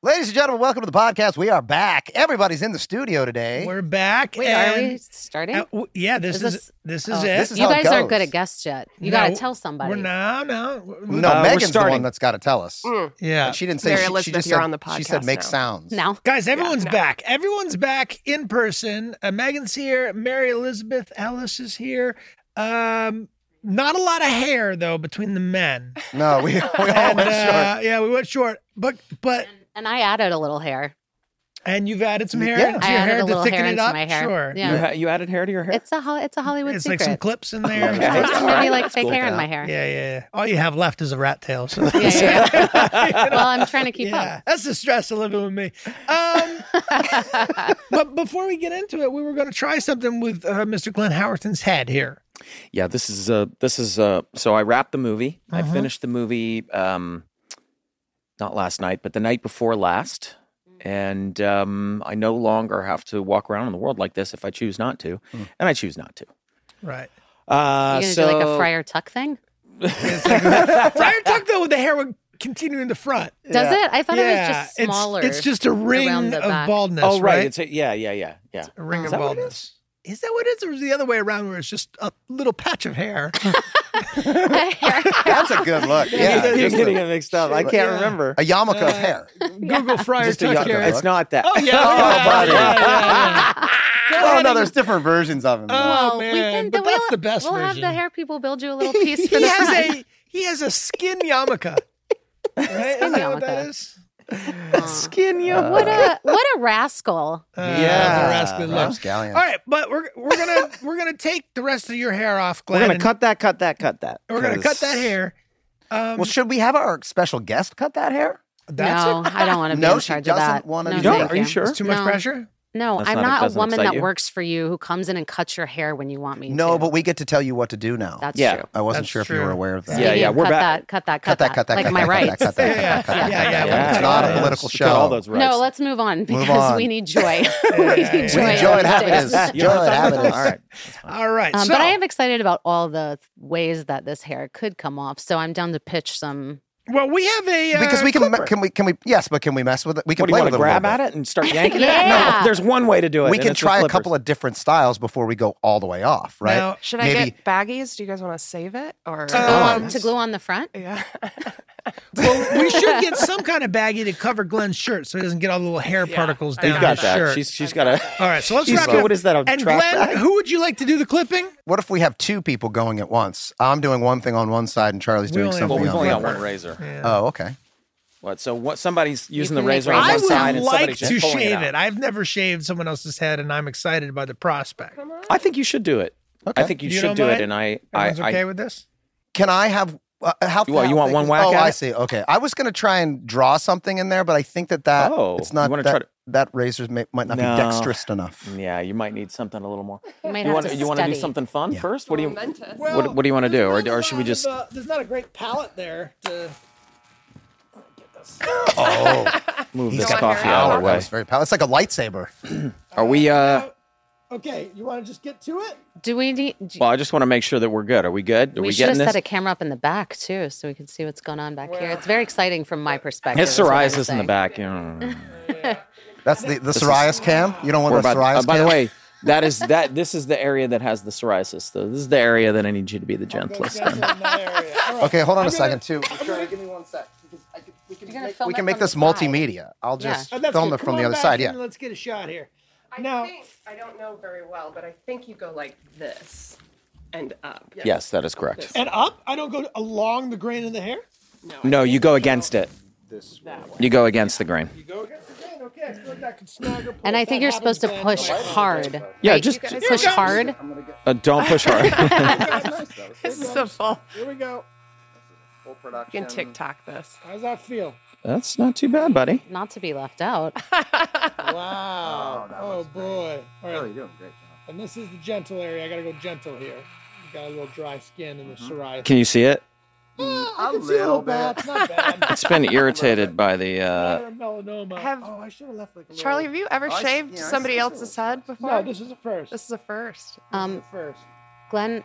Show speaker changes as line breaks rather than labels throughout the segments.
Ladies and gentlemen, welcome to the podcast. We are back. Everybody's in the studio today.
We're back.
Wait, are we
and-
starting?
uh, w- yeah, this
Is
is,
this-
this is
oh.
it.
This is
you
how it
guys aren't good
goes.
at guests yet. You
No,
got to tell somebody.
We're no, no, we're- we're-
no,
Uh, we're
Megan's the one
starting.
that's got to tell us.
Mm.
yeah,
And she didn't say.
Mary
she- she,
Elizabeth,
just
you're
said-
on the
She said
podcast
make
now.
sounds.
No.
guys, everyone's
no.
back. Everyone's back in person. Uh, Megan's here. Mary Elizabeth Ellis is here. Um, not a lot of hair though between the men.
no, we, we all
And,
went short.
uh, yeah, we went short, but but
And I added a little hair.
and you've added some hair
Yeah.
into
I
your
added
hair
a
to
little
thicken
hair
it
into
up.
my hair.
Sure,
Yeah.
You, ha- you added hair to your hair?
It's a ho- it's a Hollywood
it's
secret.
like some clips in there.
Okay.
There's
All
maybe
right.
like
Let's
fake
cool
hair in
down.
my hair.
Yeah, yeah, yeah. All you have left is a rat tail. So
Yeah,
You know?
Well, I'm trying to keep
yeah, that's the stress of living with me. Um,
up.
but before we get into it, we were going to try something with uh, Mr. Glenn Howerton's head here.
yeah, this is uh this is uh so I wrapped the movie.
Uh-huh.
I finished the movie um not last night, but the night before last.
Mm.
And um, I no longer have to walk around in the world like this if I choose not to,
Mm.
and I choose not to.
Right.
Uh,
You're gonna
so
do like a Friar Tuck thing?
Friar Tuck, though, with the hair would continue in the front.
Does
Yeah.
it? I thought it was
yeah,
just smaller.
It's, it's just a ring
around the
of
back. Oh.
baldness.
oh right,
right.
it's a, yeah, yeah, yeah, yeah.
a ring
Is
of
that
what it
baldness. Is that what it is, or is it the other way around, where it's just a little patch of hair? Oh,
That's a good look. Yeah,
you're
just
getting
a,
it mixed up. I can't
Yeah.
remember.
a yarmulke
Uh,
of hair.
Google Friar
Just a
Tuck
young-
hair.
it's not that.
Oh yeah,
Oh, buddy. Oh
Oh,
ahead
no,
and-
there's different versions of him.
Uh,
well, we
man,
can,
but
we'll,
that's the best
We'll have the
version.
hair people build you a little piece for
he
the
has
front.
a he has a skin yarmulke. Right? Isn't that what that
yarmulke.
is?
Aw.
Skin you.
what a what a rascal!
Uh,
Yeah.
the rascal look.
Rapscallion.
All right, but we're we're gonna we're gonna take the rest of your hair off, Glenn.
We're gonna
and
cut that, cut that, cut that.
We're gonna cut
'cause-
that hair. Um,
Well, should we have our special guest cut that hair?
that's
no,
it.
I don't want to be
No,
in
she
charge
doesn't
of that.
wanna do
no,
You don't?
thank
Are you sure?
It's too much
No.
pressure.
No,
That's
I'm
not- it
not, a
doesn't
woman
excite
that
you?
works for you who comes in and cuts your hair when you want me.
No,
to.
but we get to tell you what to do now.
that's
Yeah.
true.
I wasn't
That's
sure if you
true.
were aware of that.
Yeah,
Stevie,
yeah, we're
cut
back.
That, cut that.
Cut
Cut
that, cut that,
Like
cut
my
that, cut
rights.
that, cut that, cut that, cut that.
Yeah, yeah,
cut
yeah.
that. It's
Yeah.
not a
Yeah.
political
Cut all
show.
those rights.
No, let's move on because
on.
we need joy.
yeah,
we
yeah. We
need joy.
need
Joy
on
it
these
happens.
days.
Joy it happens.
All right.
All right,
Um,
so
but I am excited about all the ways that this hair could come off. So I'm down to pitch some.
well, we have a uh,
Because we can,
clipper.
can we, can we? Yes, but can we mess with it? We can
What do you
play with
want to
it a little
grab
bit.
at it and start yanking it?
Yeah.
No, there's one way to do it.
we
and
can
it's
try
with
a couple of different styles before we go all the way off, right?
Now,
Should I
Maybe-
get baggies? Do you guys want to save it or
To glue on-
um, to glue on the front.
Yeah.
well, we should get some kind of baggie to cover Glenn's shirt so he doesn't get all the little hair
Yeah,
particles
I've
down
You've got
his
that.
shirt.
She's she's got a.
all right, so let's
she's
wrap
got-
it
what
up.
is that? A
And
trash
Glenn,
bag?
who would you like to do the clipping?
what if we have two people going at once? I'm doing one thing on one side and Charlie's
We
doing
only have
Well,
something
we've
on
Yeah.
only
the
got
other.
one razor.
Oh, okay.
What? So what? Somebody's using the
can make
razor
razors.
on
I
one
would
side and
like to
somebody's pulling it
shave
out.
it. I've never shaved someone else's head, and I'm excited by the prospect.
I think you should do it. I
Okay.
think you
You
should
don't
do it.
mind?
And I, I,
Everyone's okay
I
with this?
Can I have uh, how?
Well, you
how
want
thick
one
is-
whack
Oh,
at
I
it?
see. Okay, I was going to try and draw something in there, but I think that that
Oh,
it's
you
not
wanna
that,
try to-
that razors may, might not
No. Mm,
be dexterous enough.
yeah, you might need something a little more.
You might
You
have
want
to
to you want to
study.
do something fun
Yeah.
first? What do you what, what do you want to do? Or, or should we just
uh, there's not a great palette there. To...
Oh,
move
he's
this
got
coffee
power.
out of
That
the way?
was very power. It's like a lightsaber.
Are we? uh
Okay, you want to just get to it?
Do we need? do-
Well, I just want to make sure that we're good. Are we good? Are
we
we
should have
getting
set
this?
a camera up in the back too, so we can see what's going on back here. It's very exciting from my perspective.
His
is what I'm
psoriasis
saying.
in the back. Mm.
That's the the psoriasis cam. You don't want
We're
the
about-
psoriasis.
uh, by the
cam?
way, that is that. This is the area that has the psoriasis. Though. This is the area that I need you to be
Oh,
the gentlest. in.
Okay, hold on a
I'm gonna-
second too. Sure, give me one sec. because I could- we can
You're gonna
make-
film
We
it
can make
from the
this
side.
multimedia. I'll
Yeah. Oh,
just film it from the other side. Yeah.
Let's get a shot here.
I
Now-
think I don't know very well, but I think you go like this and up.
Yes, that is correct.
And up? I don't go along the grain of the hair.
No.
No, you go against it.
That way.
You go against the grain.
You go against the grain. Okay, I feel like I could snag a
And I think you're supposed to push hard.
Yeah,
Right?
just-
You
Here
guys
it
push
comes.
hard.
Uh, don't push hard.
This is so full.
Here we go.
You can TikTok this.
How's that feel?
That's not too bad, buddy.
Not to be left out.
Oh,
Wow. Oh, boy. All right. And this is the gentle area. I gotta go gentle here. You got a little dry skin and the psoriasis.
Can you see it?
Ah, I
A
can see a little
little bit.
bad. It's not bad.
It's been irritated by the.
I
Uh,
had a melanoma.
have-
oh, I should have left like a little-
Charlie, have you ever
I-
shaved
yeah, I
somebody
see
else's head before?
No, this is a first.
This is a first.
This is
Um,
a first.
Glenn,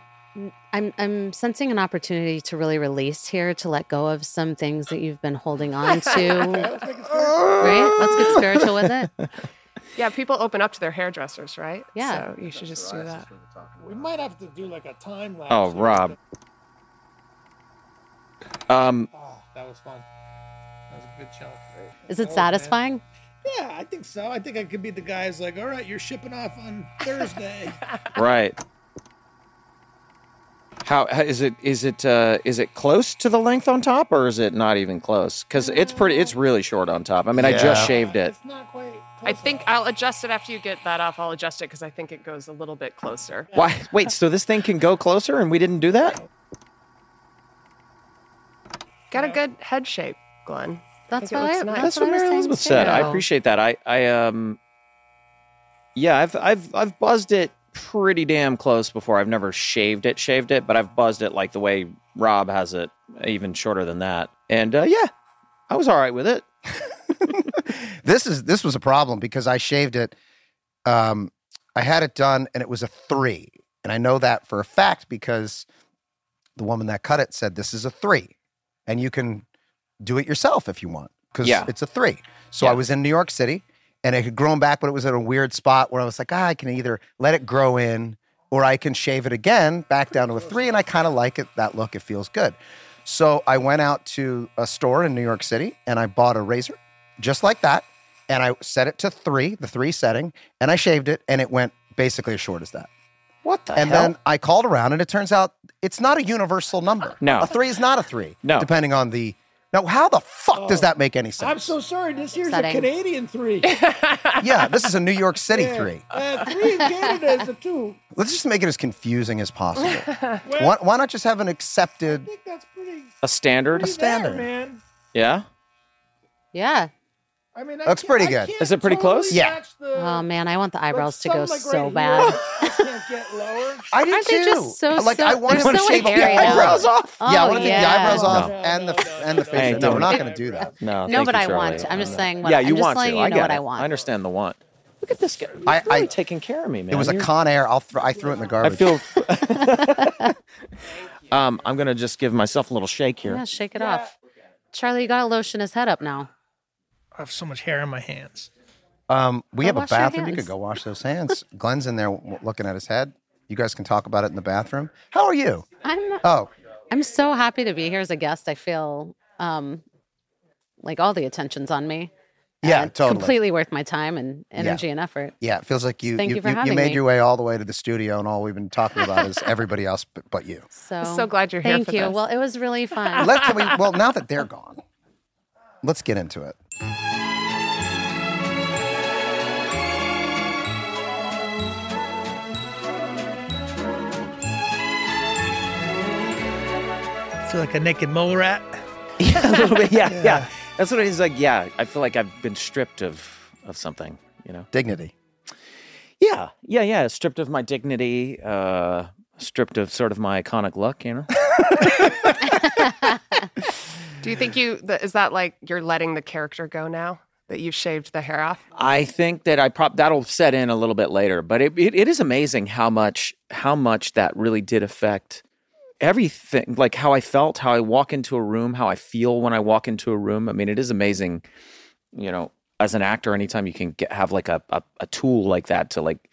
I'm I'm sensing an opportunity to really release here to let go of some things that you've been holding on to. right? Let's get spiritual with it.
Yeah, people open up to their hairdressers, right?
Yeah.
So you should just do that.
We might have to do like a time lapse.
Oh, Rob. Um,
Oh, that was fun. That was a good chunk.
Is it satisfying?
Yeah, I think so. I think I could be the guy who's like, all right, you're shipping off on Thursday.
right. How how- is it? Is it? Uh, is it close to the length on top, or is it not even close? Because it's pretty. It's really short on top. I mean, I
Yeah.
just shaved it.
It's not quite.
I think I'll adjust it after you get that off. I'll adjust it because I think it goes a little bit closer.
Why? Wait. So this thing can go closer, and we didn't do that.
Got a good head shape, Glenn.
That's
I
what
think
I.
it looks nice.
That's,
That's what
I was
Mary
saying
Elizabeth said. I
too.
appreciate that. I, I, um, yeah, I've, I've, I've buzzed it pretty damn close before. I've never shaved it, shaved it, but I've buzzed it like the way Rob has it, even shorter than that. And uh, yeah, I was all right with it.
This is this was a problem because I shaved it. Um, I had it done and it was a three, and I know that for a fact because the woman that cut it said this is a three, and you can do it yourself if you want because
Yeah.
it's a three. So
Yeah.
I was in New York City and it had grown back, but it was at a weird spot where I was like, ah, I can either let it grow in or I can shave it again back down to a three, and I kind of like it that look. It feels good. So I went out to a store in New York City and I bought a razor just like that. And I set it to three, the three setting, and I shaved it, and it went basically as short as that.
What the
And
hell?
then I called around, and it turns out it's not a universal number.
No.
a three is not a three.
No.
depending on the. Now, how the fuck
Oh,
does that make any sense?
I'm so sorry. This here's
Upsetting.
a Canadian three.
yeah, this is a New York City
Yeah.
three.
Uh, three in Canada is a two.
Let's just make it as confusing as possible.
Well,
why, why not just have an
I
accepted?
think that's pretty.
a standard?
pretty
standard.
there, man.
Yeah.
Yeah.
I mean, I
Looks
can't-
pretty
I
good.
can't
Is it pretty
totally
close?
Yeah.
match the-
Oh man, I want the
like,
eyebrows to go
some, like,
so
right
bad.
here, I can't get lower.
I do
Aren't
too.
they just so-
like
so-
I want
they're
to
so
shave the
hairy now.
eyebrows off. yeah, I
Oh,
want to take the
yeah.
eyebrows
No,
off
no,
and the
no, no,
and the
no,
face.
no,
No, we're
no.
not going to do that.
No.
No,
thank
but
you,
I
Charlie.
want. I'm just saying. What,
yeah,
I'm
you
just
want
letting
to.
you
I
know
get
what
it.
I want.
I understand the want. Look at this guy.
I-
You're really
I-
taking care of me, man.
It was a
You're-
Con Air. I'll throw. I threw it in the
I
garbage.
feel. um, I'm gonna just give myself a little shake here.
Yeah, shake it off. Charlie, you gotta lotion his head up now.
I have so much hair on my hands.
um, we
Go
have a
wash your
bathroom. You could
hands.
go wash those hands. Glenn's in there w- looking at his head. You guys can talk about it in the bathroom. How are you?
I'm
Oh,
I'm so happy to be here as a guest. I feel um like all the attention's on me.
yeah,
and
totally.
Completely worth my time and energy and effort.
Yeah, it feels like you
Thank
you,
you for
you, you
having
made
me.
your way all the way to the studio, and all we've been talking about is everybody else but, but you.
So
so glad you're here
Thank
for
you.
this.
Well, it was really fun.
Let, can we, well, now that they're gone, let's get into it.
I feel like a naked mole rat.
yeah, a little bit. Yeah, yeah. That's what it is. Like, yeah, I feel like I've been stripped of of something. You know.
Dignity.
Yeah, yeah, yeah. Stripped of my dignity. Uh, stripped of sort of my iconic look. You know.
Do you think you that, is that like you're letting the character go now that you've shaved the hair off?
I think that I prob that'll set in a little bit later, but it, it, it is amazing how much how much that really did affect everything, like how I felt, how I walk into a room, how I feel when I walk into a room. I mean, it is amazing, you know, as an actor, anytime you can get, have like a, a a tool like that to like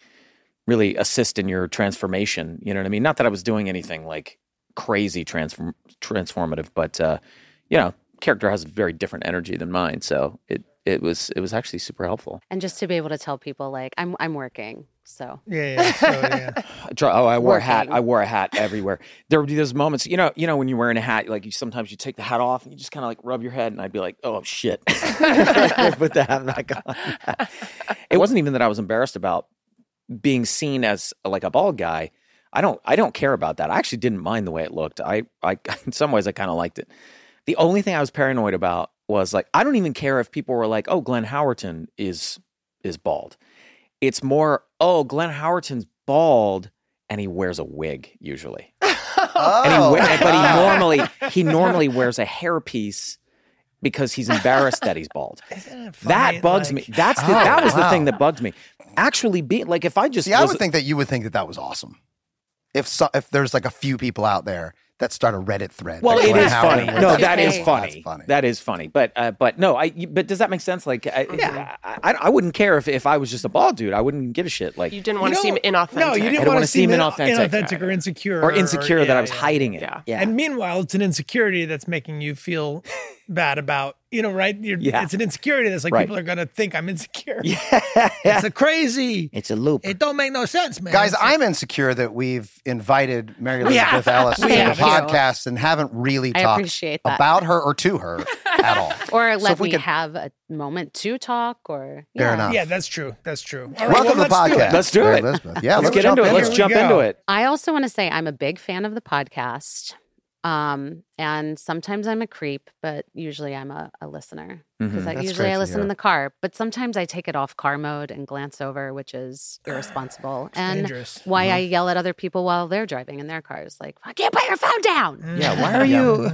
really assist in your transformation. You know what I mean? Not that I was doing anything like crazy transform transformative, but uh, you know, character has a very different energy than mine, so it. It was it was actually super helpful.
and just to be able to tell people like I'm I'm working. So
Yeah, yeah. So, yeah.
I try- Oh, I wore a hat.
Working.
I wore a hat everywhere. there would be those moments, you know, you know, when you're wearing a hat, like you sometimes you take the hat off and you just kind of like rub your head, and I'd be like, oh shit, put the hat back on. it wasn't even that I was embarrassed about being seen as like a bald guy. I don't, I don't care about that. I actually didn't mind the way it looked. I, I, in some ways, I kind of liked it. The only thing I was paranoid about was like, I don't even care if people were like, oh, Glenn Howerton is is bald. It's more, oh, Glenn Howerton's bald and he wears a wig usually.
Oh,
And he we- but he
wow.
normally he normally wears a hairpiece because he's embarrassed that he's bald.
Eh,
That bugs me. That's the,
Oh,
that was the
wow.
thing that bugged me. Actually, be like if I just
See, I
was-
would think that you would think that that was awesome. if so, if there's like a few people out there that start a Reddit thread.
Well,
that
it
Glenn
is
Howard
funny.
wrote.
No,
That's
that is
funny.
funny.
That's funny.
That is funny. But uh, but no, I but does that make sense? Like I,
Yeah.
I, I I wouldn't care if if I was just a bald dude. I wouldn't give a shit. Like
You didn't want to
You
seem
don't-
inauthentic.
No, you
I
didn't
don't
want
wanna
to
seem
seem
inauthentic.
inauthentic, inauthentic or insecure,
or insecure
yeah,
that I was
yeah.
hiding it.
Yeah.
And meanwhile, it's an insecurity that's making you feel bad about, you know, right? You're,
Yeah.
It's an insecurity that's like
Right.
people are gonna think I'm insecure.
yeah.
It's a crazy.
it's a loop.
It don't make no sense, man.
Guys,
It's like-
I'm insecure that we've invited Mary
Yeah.
Elizabeth Ellis to the
We have.
podcast and haven't really
I
talked
appreciate that.
about her or to her at all.
or
So
let
if we
me
could-
have a moment to talk or
Fair
yeah.
uh-huh.
enough.
Yeah, that's true. That's true. All right,
Welcome
well,
to the
let's do
podcast.
it.
Let's do
Mary
it.
Elizabeth. Yeah,
let's,
let's
get
jump
into it.
in.
Let's
Here we
jump
go.
into it.
I also want to say I'm a big fan of the podcast. Um, and sometimes I'm a creep, but usually I'm a, a listener because
Mhm.
Mm-hmm. That's
usually
great
I
to
listen
hear.
in the car. But sometimes I take it off car mode and glance over, which is irresponsible.
It's
and
dangerous.
why I
Mm-hmm.
yell at other people while they're driving in their cars, like "I can't put your phone down."
Mm.
Yeah, why are you?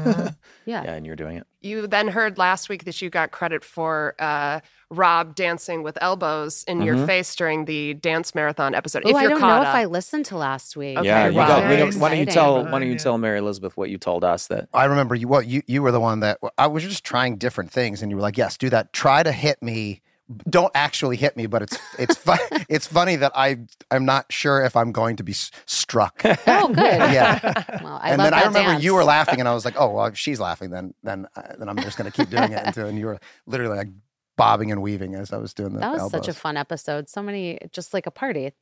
Yeah,
yeah, and you're doing it.
You then heard last week that you got credit for uh, Rob dancing with elbows in your
Mhm.
face during the dance marathon episode.
Ooh,
if
I
you're
don't
caught
know if
up,
I listened to last week.
Okay,
yeah, you
wow.
got, we
Very
don't, why don't you
exciting.
tell? Why don't you
Yeah.
tell Mary Elizabeth what you told us that?
I remember you. Well, you you were the one that I was just trying different things, and you were like, "Yes, do that. Try to hit me. Don't actually hit me, but it's it's fun. it's funny that I I'm not sure if I'm going to be s- struck.
Oh, good.
Yeah.
Well, I
and then
love that
I remember
dance.
you were laughing, and I was like, "Oh, well, if she's laughing, then then uh, then I'm just going to keep doing it." Until, and you were literally like bobbing and weaving as I was doing the
That was
elbows.
such a fun episode. So many, just like a party.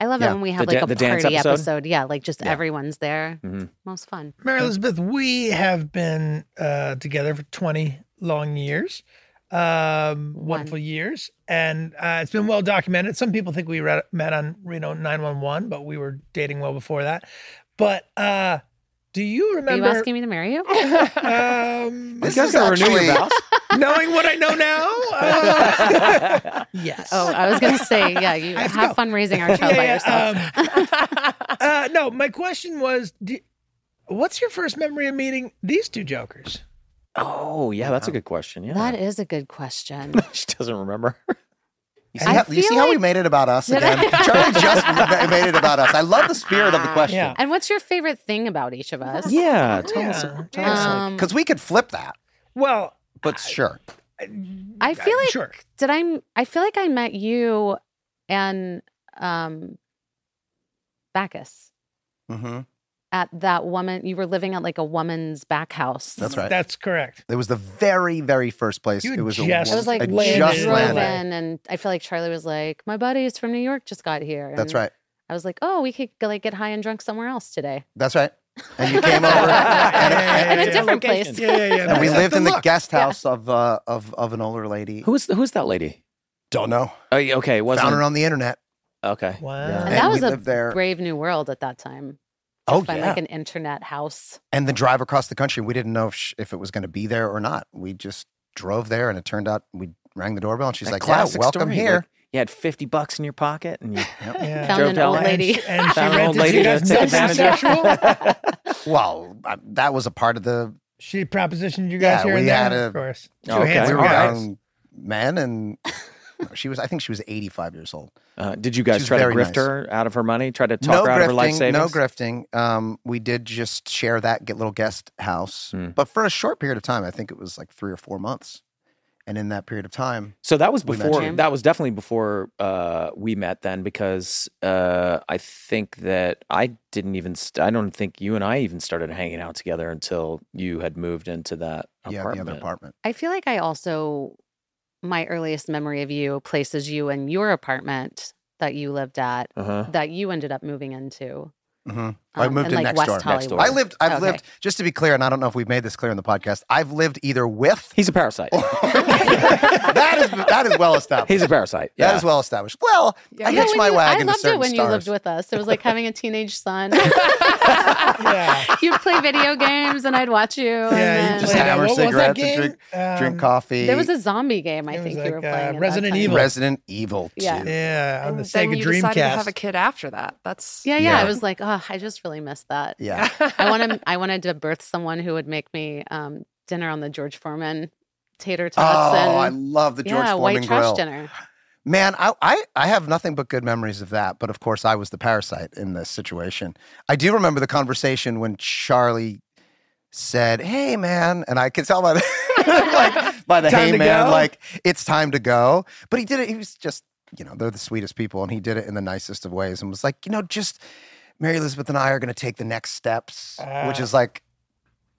I love
Yeah.
it when we
The
have
dan-
like
the
a
dance
party episode?
episode?
Yeah, like just
Yeah.
everyone's there.
Mhm.
Most fun.
Mary Elizabeth, we have been uh, together for 20 long years, um, wonderful years. And uh, it's been well documented. Some people think we re- met on Reno 911, but we were dating well before that. But uh, do you remember
Are you asking me to marry you? Oh,
um,
This
You guys
is
gotta renew your
actually-
knowing what I know now? Uh, yes.
Oh, I was gonna say, yeah, you
I have
have,
to go.
fun raising our child by yourself.
um, uh, no, my question was do, what's your first memory of meeting these two jokers?
Oh, yeah, that's a good question. Yeah,
That is a good question.
she doesn't remember.
You see, how, you
feel
see how we
like-
made it about us
Did
again?
I- Um,
Charlie just ma- made it about us. I love the spirit of the question
Yeah.
and what's your favorite thing about each of us?
Yeah, tell us.
Yeah.
Tell us like,
Um,
because we could flip that.
Well,
But sure,
I feel like
sure.
did I? I feel like I met you and um, Bacchus
hmm
at that woman. You were living at like a woman's back house.
that's right.
That's correct.
It was the very, very first place.
You
it was
just-
a,
It was like
I
we
landed
just
in
drove
landed.
LA.
in, and I feel like Charlie was like, "My buddies from New York just got here."
That's
And
right.
I was like, "Oh, we could go, like get high and drunk somewhere else today."
That's right. And you came over, and, and-
In a
yeah,
different
location.
place.
Yeah, yeah, yeah.
and we
Nice.
lived in the
Look,
guest house of uh, of of an older lady.
Who is who's that lady?
Don't know.
Oh, yeah, okay, it wasn't
Found her on the internet.
okay.
Yeah.
Wow.
And
And
that
we
was a
lived there.
brave new world at that time.
Oh
Find
yeah.
like an internet house.
and the drive across the country, we didn't know if, sh- if it was going to be there or not. We just drove there, and it turned out we rang the doorbell, and she's
That
like, "Wow,
classic
welcome
story,
here."
like, you had fifty bucks in your pocket, and you
Yeah.
Found
Drove
an
to
old
LA.
lady.
And she
found an old
rented
lady
you
to
guys
take advantage
sexual.
of.
Well, I, that was a part of the.
She propositioned you
Yeah,
guys here
we
and there,
had a- oh,
of course. Two
Okay.
We
handsome
were
all right.
guys.
young men, and she was. I think she was eighty-five years old.
Uh, did you guys
She's
try to
very
grift
nice.
her out of her money? Try to talk her out of her life
grifting.
savings?
No grifting. Um, we did just share that get little guest house,
Hmm.
but for a short period of time. I think it was like three or four months, and in that period of time,
So that was
We met
before.
you.
That was definitely before uh, we met then, because uh, I think that I didn't even. St- I don't think you and I even started hanging out together until you had moved into that
yeah, the
apartment.
other apartment.
I feel like I also my earliest memory of you places you in your apartment that you lived at
Uh-huh.
that you ended up moving into.
hmm I moved in
in Um, like
next
West
door.
Hollywood.
door.
I lived. I've
Okay.
lived. Just to be clear, and I don't know if we've made this clear in the podcast. I've lived either with.
He's a parasite.
Oh. that is that is well established.
He's a parasite. Yeah.
That is well established. Well,
Yeah.
I
Yeah,
hitched
when
my
you-
wagon
I
to
loved
certain
it when you lived
stars.
with us. It was like having a teenage son.
Yeah.
You'd play video games and I'd watch you. and
Yeah,
then-
you
Just
played, uh,
hammer
what was that
cigarettes and
game?
drink-
Um,
Drink coffee.
There was a zombie game I
It was
think
like,
you were
uh,
playing. at that
Resident
time.
Evil.
Resident Evil too.
Yeah.
Yeah, on
and
the
then
Sega
you decided to have a
Dreamcast.
kid after that. That's
Yeah, yeah.
Yeah.
I was like, oh, I just really missed that.
Yeah.
I want to. I wanted to birth someone who would make me um, dinner on the George Foreman tater
Oh,
tots
I
and
love the George
yeah,
Foreman
white trash
grill.
dinner.
Man, I, I, I have nothing but good memories of that. But of course, I was the parasite in this situation. I do remember the conversation when Charlie said, Hey, man. And I could tell by the, like, by the
Time
hey,
to
man,
go?
like, it's time to go. But he did it. He was just, you know, they're the sweetest people. And he did it in the nicest of ways and was like, You know, just Mary Elizabeth and I are going to take the next steps, which
Ah.
is like,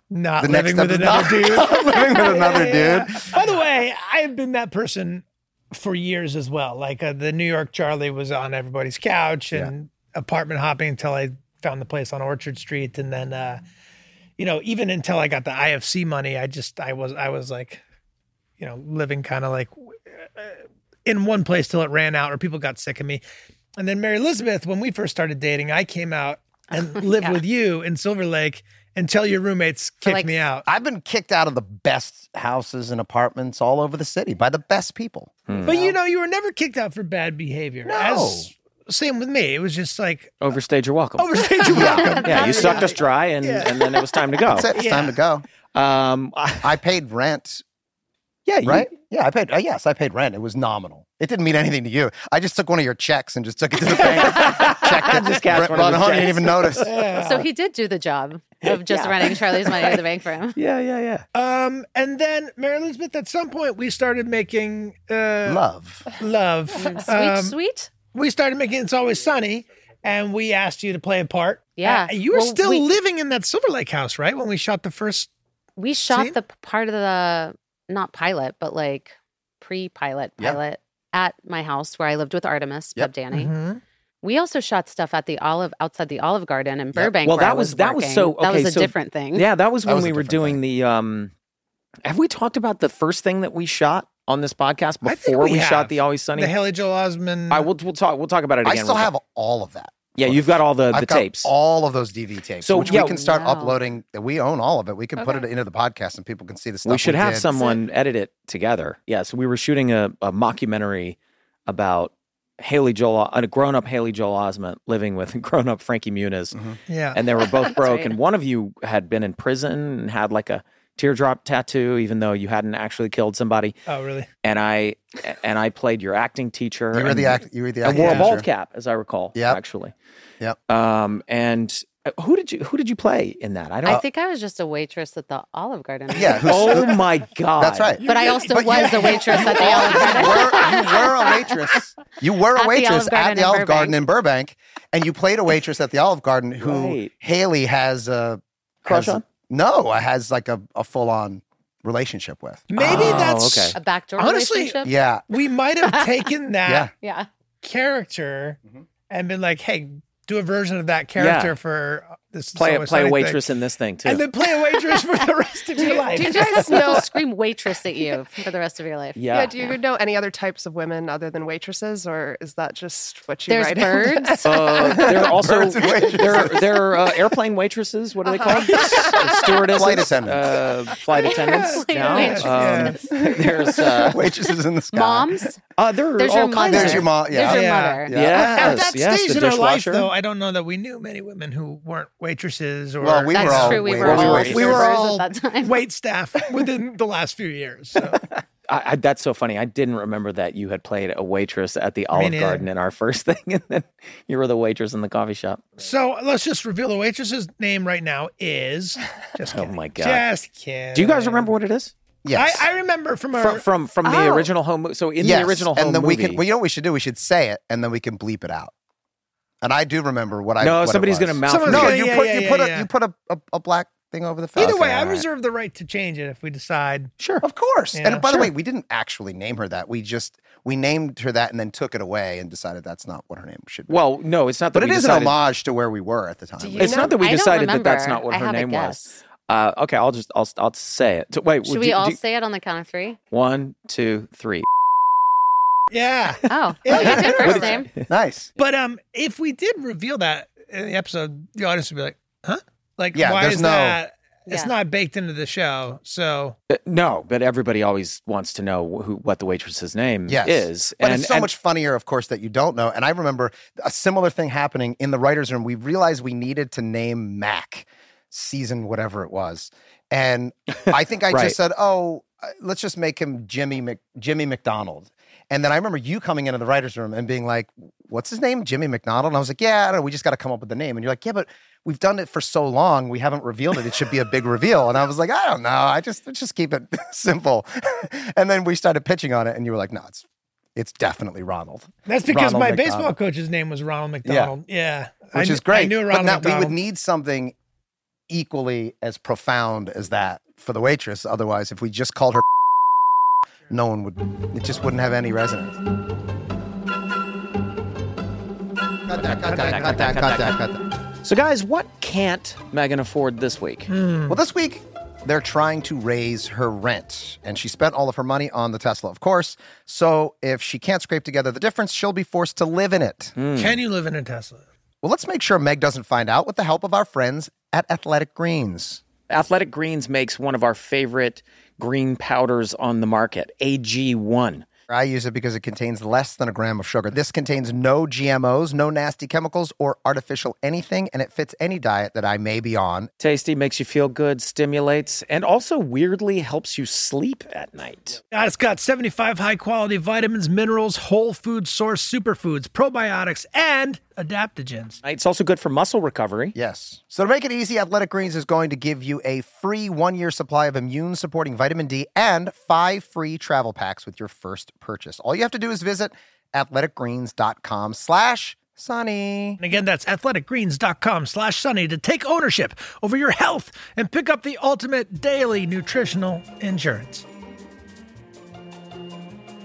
Not
the next
living
step
with
is
another
not
dude.
living with another
Yeah.
dude.
By the way, I've been that person for years as well. Like uh, the New York Charlie was on everybody's couch and apartment hopping until I found the place on Orchard Street, and then uh, you know even until I got the IFC money, I just I was I was like, you know, living kind of like uh, in one place till it ran out or people got sick of me. And then Mary Elizabeth, when we first started dating, I came out and lived
Yeah.
with you in Silver Lake until your roommates kicked
like,
me out.
I've been kicked out of the best houses and apartments all over the city by the best people.
But you know, you were never kicked out for bad behavior.
No.
same with me. It was just like "Oh,
Overstayed your
Oh,
welcome.
overstayed your welcome.
yeah, you sucked us dry, and,
Yeah.
and then it was time to go.
That's it. It's time to go.
Um, I-
I paid rent,
yeah, you,
right? Yeah, I paid. Uh, yes, I paid rent. It was nominal. It didn't mean anything to you. I just took one of your checks and just took it to the bank. checked it.
Just cashed
Rent-
one of
brought it home,
his
You
checks.
didn't even notice.
So he did do the job of just
Yeah.
running Charlie's money to the bank for him.
Yeah, yeah, yeah.
Um, and then Mary Elizabeth, at some point, we started making uh,
Love.
love.
Sweet,
Um,
sweet.
we started making It's Always Sunny, and we asked you to play a part.
Yeah.
Uh, you were
Well,
still
we-
living in that Silver Lake house, right? When we shot the first.
We shot
See?
the p- part of the not pilot, but like pre-pilot
Yeah.
pilot at my house where I lived with Artemis
Yep.
Pub Danny.
Mhm.
We also shot stuff at the Olive outside the Olive Garden in Burbank.
Well,
where I
that was- that was
working.
so-
that
okay,
was a
so-
different thing.
Yeah, that was
That
when
was a
we were
different
doing
thing.
the. Um, have we talked about the first thing that we shot on this podcast
I think
before
we
we,
have.
shot the Always Sunny?
The Haley Joel Osment.
I will. We'll talk. We'll talk about it again.
I still
real
have all of that.
quick. Yeah, you've got all the the
I've got
tapes.
all of those DV tapes,
So,
which
yeah.
we can start
Wow.
uploading. We own all of it. We can put it
Okay.
into the podcast and people can see the stuff.
we should have
did.
someone edit it together. Yeah, so we were shooting a, a mockumentary about Haley Joel, a grown up Haley Joel Osment living with grown up Frankie Muniz,
yeah.
and they were both broke.
right.
And one of you had been in prison and had like a teardrop tattoo, even though you hadn't actually killed somebody.
oh, really?
And I and I played your acting teacher.
You were
and-
the act. You were the
I
acting
wore a bald
teacher.
cap, as I recall.
Yep.
actually.
Yep.
Um, and uh, who did you who did you play in that? I don't.
Uh,
I think I was just a waitress at the Olive Garden.
Yeah, who's-
oh my god.
That's right.
But I also
But you-
was a waitress at the Olive Garden.
you, were, you were a waitress. You were
At
a
the
waitress
Olive
at
Garden
the
in
Olive Garden in Burbank, and you played a waitress at the Olive Garden who
Right.
Haley has a
Crush
has-
on?
No, has like a, a full on relationship with.
Maybe
Oh,
that's.
okay.
A backdoor
Honestly,
relationship.
Yeah,
We might have taken that.
yeah.
Yeah.
character
Mhm.
and been like, hey, do a version of that character for this is
Play a
always
play a
funny
waitress
thing.
in this thing too.
and then play a waitress for the rest of your life.
Do you guys know scream waitress at you for the rest of your life?
yeah.
Yeah. do you know any other types of women other than waitresses, or is that just what you
There's
write? in?
birds.
Uh, there are also
Birds and waitresses.
there are, there are uh, airplane waitresses. What are they called? S- uh, Stewardesses,
Flight attendants.
uh, flight attendants.
Airplane
now. Um,
waitresses.
there's uh,
Waitresses in the sky.
Moms.
uh, there are
There's your
all kinds.
mother.
There's your mom. Yeah.
There's your
Yeah.
mother.
Yeah.
Yes,
At that
yes,
stage
the
in our life,
dishwasher.
though, I don't know that we knew many women who weren't waitresses or
Well, we
That's
were all
true. We were
waitresses.
all
waitresses.
We were
servers
all-
at that time.
wait staff within the last few years. So.
I, I, that's so funny. I didn't remember that you had played a waitress at the Olive
neither.
Garden in our first thing, and then you were the waitress in the coffee shop.
So let's just reveal the waitress's name right now is. Just
Oh
kidding.
my God.
Just kidding.
Do you guys remember what it is
Yes.
I, I remember from our.
from from, from the
Oh.
original home? mo- So in
yes.
the original home
and then
movie,
we can. Well, you know what we should do? We should say it, and then we can bleep it out. And I do remember what I.
no,
what it
somebody's
was.
gonna mouth.
Someone's
it.
No,
gonna-
you
yeah,
put
yeah,
you put
yeah,
a
yeah.
you put a, a, a black thing over the face.
either way, I
all right.
reserve the right to change it if we decide.
sure.
Of course.
Yeah.
and by the way, we didn't actually name her that. We just we named her that and then took it away and decided that's not what her name should be.
Well, no, it's not that.
but it
we
is
decided,
an homage to where we were at the time.
Do you
It's-
It's not that we
I don't
decided that that's
remember.
not what
I
her
have a
name was.
guess.
Uh, okay, I'll just I'll I'll say it. So, Wait,
Should
would
we
you-
all
do you-
say it on the count of three?
one, two, three?
Yeah.
Oh, well, you did first name.
nice.
But um, if we did reveal that in the episode, the audience would be like, "Huh? Like,
Yeah,
why
there's
is
no-
that?
Yeah.
It's not baked into the show." So
Uh, No, but everybody always wants to know who what the waitress's name
Yes.
is.
But
and,
it's so
and-
much funnier, of course, that you don't know. And I remember a similar thing happening in the writer's room. We realized we needed to name Mac season, whatever it was. And I think I
Right.
just said, oh, uh, let's just make him Jimmy Mc- Jimmy McDonald. And then I remember you coming into the writer's room and being like, what's his name? Jimmy McDonald? And I was like, yeah, I don't know. We just got to come up with the name. And you're like, yeah, but we've done it for so long. We haven't revealed it. It should be a big reveal. And I was like, I don't know. I just, let's just keep it simple. and then we started pitching on it and you were like, no, it's, it's definitely Ronald.
That's because
Ronald
my
McDonald.
baseball coach's name was Ronald McDonald. Yeah, I
which
kn-
is great.
I knew Ronald
but now
McDonald.
we would need something equally as profound as that for the waitress. Otherwise, if we just called her, no one would. It just wouldn't have any resonance. Cut that! Cut that! Cut that! Cut that! Cut that!
So, guys, what can't Megan afford this week?
Well, this week they're trying to raise her rent, and she spent all of her money on the Tesla, of course. So if she can't scrape together the difference, she'll be forced to live in it.
Can you live in a Tesla?
Well, let's make sure Meg doesn't find out with the help of our friends at Athletic Greens.
Athletic Greens makes one of our favorite green powders on the market, AG1.
I use it because it contains less than a gram of sugar. This contains no GMOs, no nasty chemicals, or artificial anything, and it fits any diet that I may be on.
Tasty, makes you feel good, stimulates, and also weirdly helps you sleep at night.
Uh, It's got 75 high quality vitamins, minerals, whole food source superfoods, probiotics, and adaptogens.
It's also good for muscle recovery.
Yes. So, to make it easy, Athletic Greens is going to give you a free one year supply of immune supporting vitamin D and five free travel packs with your first purchase. All you have to do is visit athleticgreens.com slash sunny.
And again, that's athleticgreens.com slash sunny to take ownership over your health and pick up the ultimate daily nutritional insurance.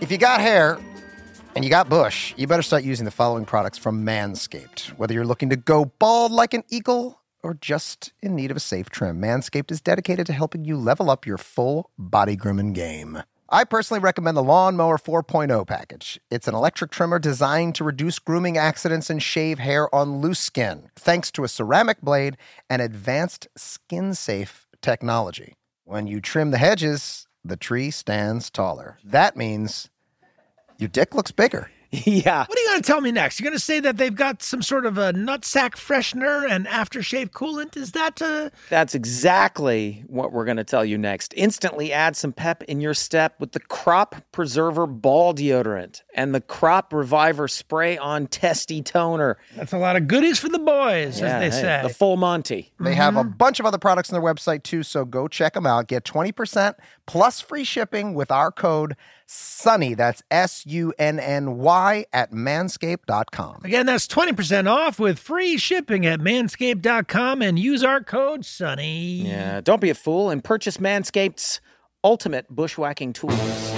If you got hair and you got bush, you better start using the following products from Manscaped. Whether you're looking to go bald like an eagle or just in need of a safe trim, Manscaped is dedicated to helping you level up your full body grooming game. I personally recommend the Lawnmower 4.0 package. It's an electric trimmer designed to reduce grooming accidents and shave hair on loose skin, thanks to a ceramic blade and advanced skin safe technology. When you trim the hedges, the tree stands taller. That means your dick looks bigger.
yeah.
What are you going to tell me next? You're going to say that they've got some sort of a nutsack freshener and aftershave coolant? Is that uh,
That's exactly what we're going to tell you next. Instantly add some pep in your step with the Crop Preserver Ball Deodorant and the Crop Reviver Spray on Testy Toner.
that's a lot of goodies for the boys,
Yeah,
as they
hey,
say.
The Full Monty.
They have a bunch of other products on their website too, so go check them out. Get 20% plus free shipping with our code SUNNY. That's S U N N Y at manscaped.com.
Again, that's 20% off with free shipping at manscaped.com and use our code SUNNY.
Yeah, don't be a fool and purchase Manscaped's ultimate bushwhacking tools.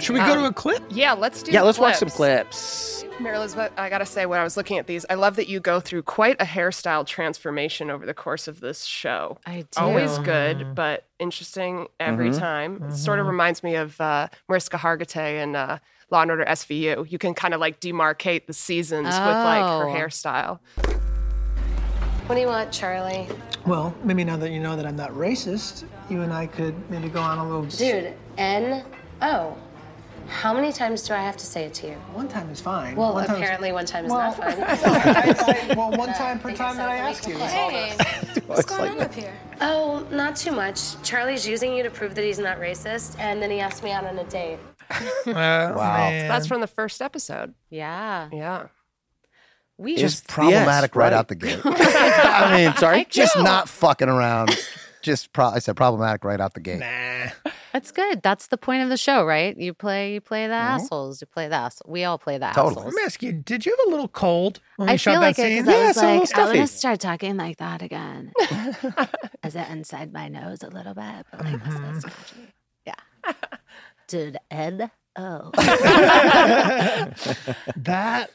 Should we go to a clip?
Yeah, let's do.
Yeah, let's watch
clips.
some clips.
Mary Elizabeth, I gotta say, when I was looking at these, I love that you go through quite a hairstyle transformation over the course of this show.
I do.
Always good, but interesting every time. It sort of reminds me of uh, Mariska Hargitay in uh, Law and Order SVU. You can kind of like demarcate the seasons with like her
Oh.
hairstyle.
What do you want, Charlie?
Well, maybe now that you know that I'm not racist, you and I could maybe go on a little.
Dude, N O. How many times do I have to say it to you?
One time is fine.
Well,
One time is-
apparently one time is not fine.
I- I- well, one time per time that I asked you. is all.
What's going on up here?
Oh, not too much. Charlie's using you to prove that he's not racist, and then he asked me out on a date.
Wow.
That's from the first episode.
Yeah.
Yeah.
We
Just
just
problematic
yes,
right,
right.
out the gate. I mean,
Sorry?
just not fucking around. Just pro- I said problematic right out the gate.
that's good. That's the point of the show, right? You play you play the
Mm-hmm.
assholes. You play the ass. We all play the
Totally.
assholes.
Let me ask you: Did you have a little cold when we
I
shot
feel
that
like it
scene?
because I
Yeah,
was
it's a little
like, I'm
stuffy.
gonna start talking like that again. Is it inside my nose a little bit? But like, it's so scratchy. yeah. Dude, Ed. Oh,
That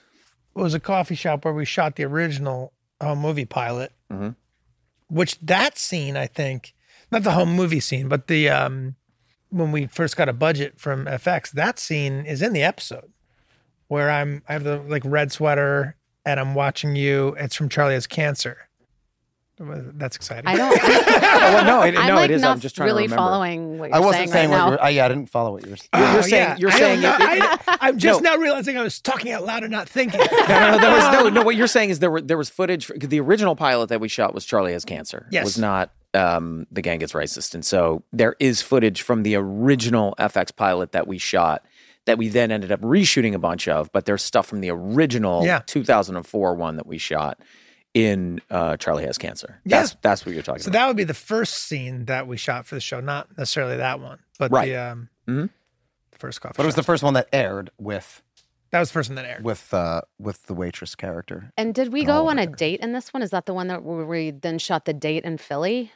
was a coffee shop where we shot the original home movie pilot,
Mhm.
which that scene I think, not the home movie scene, but the um, when we first got a budget from FX, that scene is in the episode where I'm I have the like red sweater and I'm watching you. It's from Charlie Has Cancer, That's exciting.
I don't.
well, Oh, no, it,
I'm
no,
like
it is.
not
I'm just trying
really
to remember.
following what you're
I wasn't saying
saying right
what
now.
you were, I, yeah, I didn't follow what you were saying.
You're, you're
Oh,
saying.
yeah.
You're
I
saying.
am not-
it- it-
I, am just
No.
now realizing I was talking out loud and not thinking.
no, no, there was no, no. What you're saying is there were there was footage. The original pilot that we shot was Charlie has cancer.
Yes.
was not um, the gang gets racist, and so there is footage from the original FX pilot that we shot that we then ended up reshooting a bunch of. But there's stuff from the original
Yeah.
2004 one that we shot in uh, Charlie has cancer.
Yeah.
That's that's what you're talking
so
about.
that would be the first scene that we shot for the show, not necessarily that one, but
Right.
the um,
Mhm.
the first coffee.
Mm-hmm. But it was the first one that aired with
that was the first one that aired.
with uh, with the waitress character.
And did we
Oh,
go on a date in this one? Is that the one that where we then shot the date in Philly?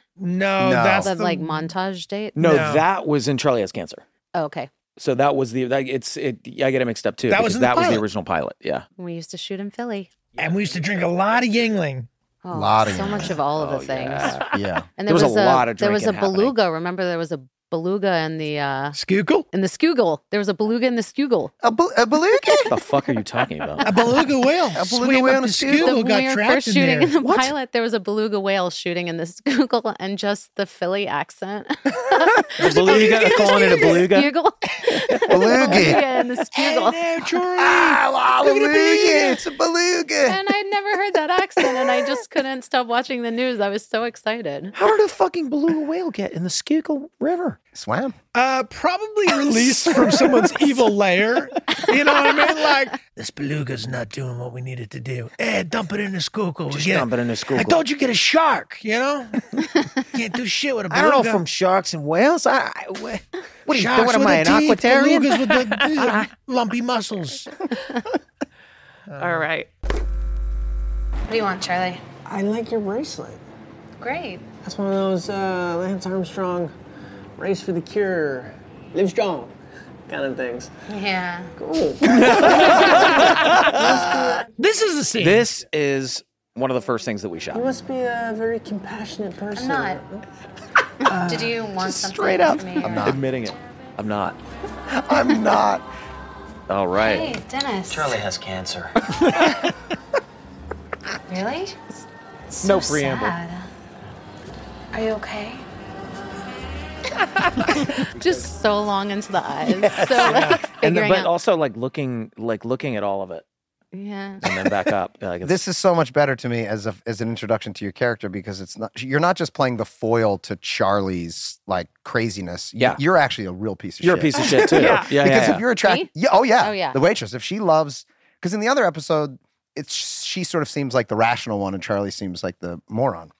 No.
No, that's
The,
the
like montage date?
no,
No.
that was in Charlie has cancer.
Oh, okay.
So that was the that, it's it. I get it mixed up too.
That was
because
in the
that was the
pilot.
original pilot. Yeah.
We used to shoot in Philly.
And we used to drink a lot of Yingling.
Oh,
Lot of
so
you.
much of all of the
Oh,
things.
yeah.
Yeah.
And
There was a lot of
there was a
drinking happening.
beluga. Remember, there was a beluga in the uh
Skookle?
in the skugel. There was a beluga in the skugel.
a, bel- a beluga?
the fuck are you talking about?
A beluga whale.
A beluga
swam up
whale and
the
a
Schuylkill,
The, when we
got
were
trapped
first
in
shooting
there.
in the pilot, there was a beluga whale shooting in the skugel, and just the Philly accent.
A
Oh,
beluga calling it a beluga.
Skugel.
Beluga.
in the
Hey
skugel.
there, Charlie.
Ah,
Look at the beluga.
It's a beluga.
And I'd never heard that accent, and I just couldn't stop watching the news. I was so excited.
How did a fucking beluga whale get in the Schuylkill River?
Swam.
Uh, probably released from someone's evil lair. You know what I mean? Like this beluga's not doing what we need it to do. Eh, dump it in the Schuylkill. Just
dump it in the Schuylkill.
I told you get a shark. You know, can't do shit with a beluga.
I don't know from sharks and whales. I, I- what are you
Sharks
doing? Am
with
I
the
an
teeth,
aquatarian?
Belugas with the lumpy muscles.
Uh-huh.
All right.
What do you want, Charlie?
I like your bracelet.
Great.
That's one of those uh, Lance Armstrong race for the cure, live strong kind of things.
Yeah.
Cool.
This is the scene.
This is one of the first things that we shot.
you must be a very compassionate person.
not. Did you want something
straight up.
from me?
I'm
or-
not.
Admitting it. I'm not.
I'm not.
All right.
Hey, Dennis.
Charlie has cancer.
Really?
no
So
preamble.
sad.
Are you okay?
Just so long into the eyes. So like,
And then,
figuring
but
out-
also like looking, like looking at all of it,
yeah.
and then back up. Like
This is so much better to me as a, as an introduction to your character because it's not you're not just playing the foil to Charlie's like craziness. You-
Yeah.
You're actually a real piece of
you're a
shit.
piece of shit too.
Yeah.
yeah, yeah,
because
yeah.
if you're attracted,
Me?
yeah, oh yeah,
Oh, yeah.
the waitress. If she loves, because in the other episode, it's she sort of seems like the rational one, and Charlie seems like the moron.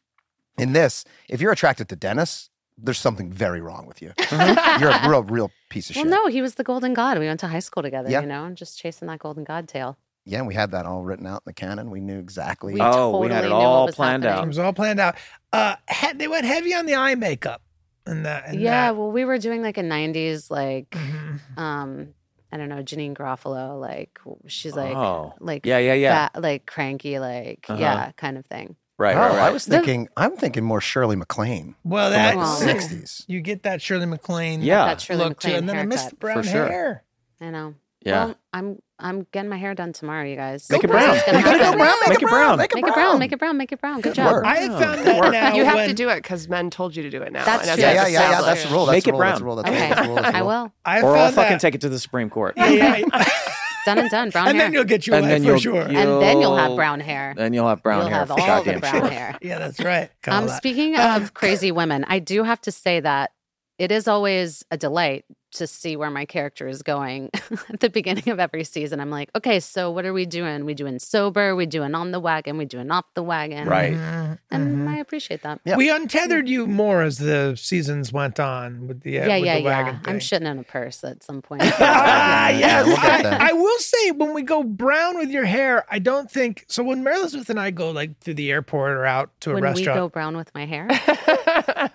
In this, if you're attracted to Dennis, there's something very wrong with you.
Mm-hmm.
You're a real, real piece of
Well,
shit.
no, he was the golden god. We went to high school together,
Yeah.
you know, and just chasing that golden god tail.
Yeah, we had that all written out in the canon. We knew exactly.
We
Oh,
totally
we had it
knew what
all
was
planned
It
happening.
was all planned out. Uh, he- they went heavy on the eye makeup. And that. And
Yeah,
That.
well, we were doing like a '90s, like
Mm-hmm.
Mhm.
um, I don't know, Janine Garofalo, like she's like,
oh,
like
yeah, yeah, yeah.
fat, like cranky, like
Uh-huh.
yeah, kind of thing.
Right,
oh,
right,
I
right.
was
The-
thinking. I'm thinking more Shirley MacLaine
Well,
from
that's
like the
Wow.
'60s.
You get that Shirley MacLaine.
Yeah.
That Shirley
look too,
MacLaine
and then I missed the
haircut.
brown
For sure.
hair.
I know.
Yeah.
Well, I'm I'm getting my hair done tomorrow, you guys.
Make it
That's
brown.
what's gonna
You gotta
happen.
go brown. Make it brown.
Make
Make it brown. Make it brown. Make it brown. Good,
Good
job.
work.
I have found that now.
You have to
when-
do it because men told you to do it now.
That's
and as
true.
Yeah,
I've
yeah, yeah, yeah.
established-
That's the rule. That's
Make
the
it
rule. That's the
brown.
rule. That's the
Okay.
rule. That's the rule. That's the
I
rule.
will.
I
Or I'll
found
fucking
that-
take it to the Supreme Court.
Yeah.
Done and done. Brown
and
hair.
then you'll get your
And
wife
then
for
you'll-
sure.
you-
and then you'll have
You'll-
brown hair.
Then you'll have brown
you'll
hair.
have
for
all the
goddamn
brown
sure.
hair.
Yeah, that's right. Call
Um,
that.
speaking
Um,
of crazy women, I do have to say that it is always a delight to see where my character is going at the beginning of every season. I'm like, okay, so what are we doing? We doing sober? We doing on the wagon? We doing off the wagon?
Right.
Mhm,
And
mhm.
I appreciate that.
Yeah.
We untethered you more as the seasons went on with the uh,
yeah,
with
yeah,
the wagon
yeah. I'm
thing.
shitting in a purse at some point.
Ah,
Yeah,
yes.
we'll get there.
I, I will say when we go brown with your hair, I don't think so. When Mary Elizabeth and I go like through the airport or out to a
when we go
restaurant,
brown with my hair.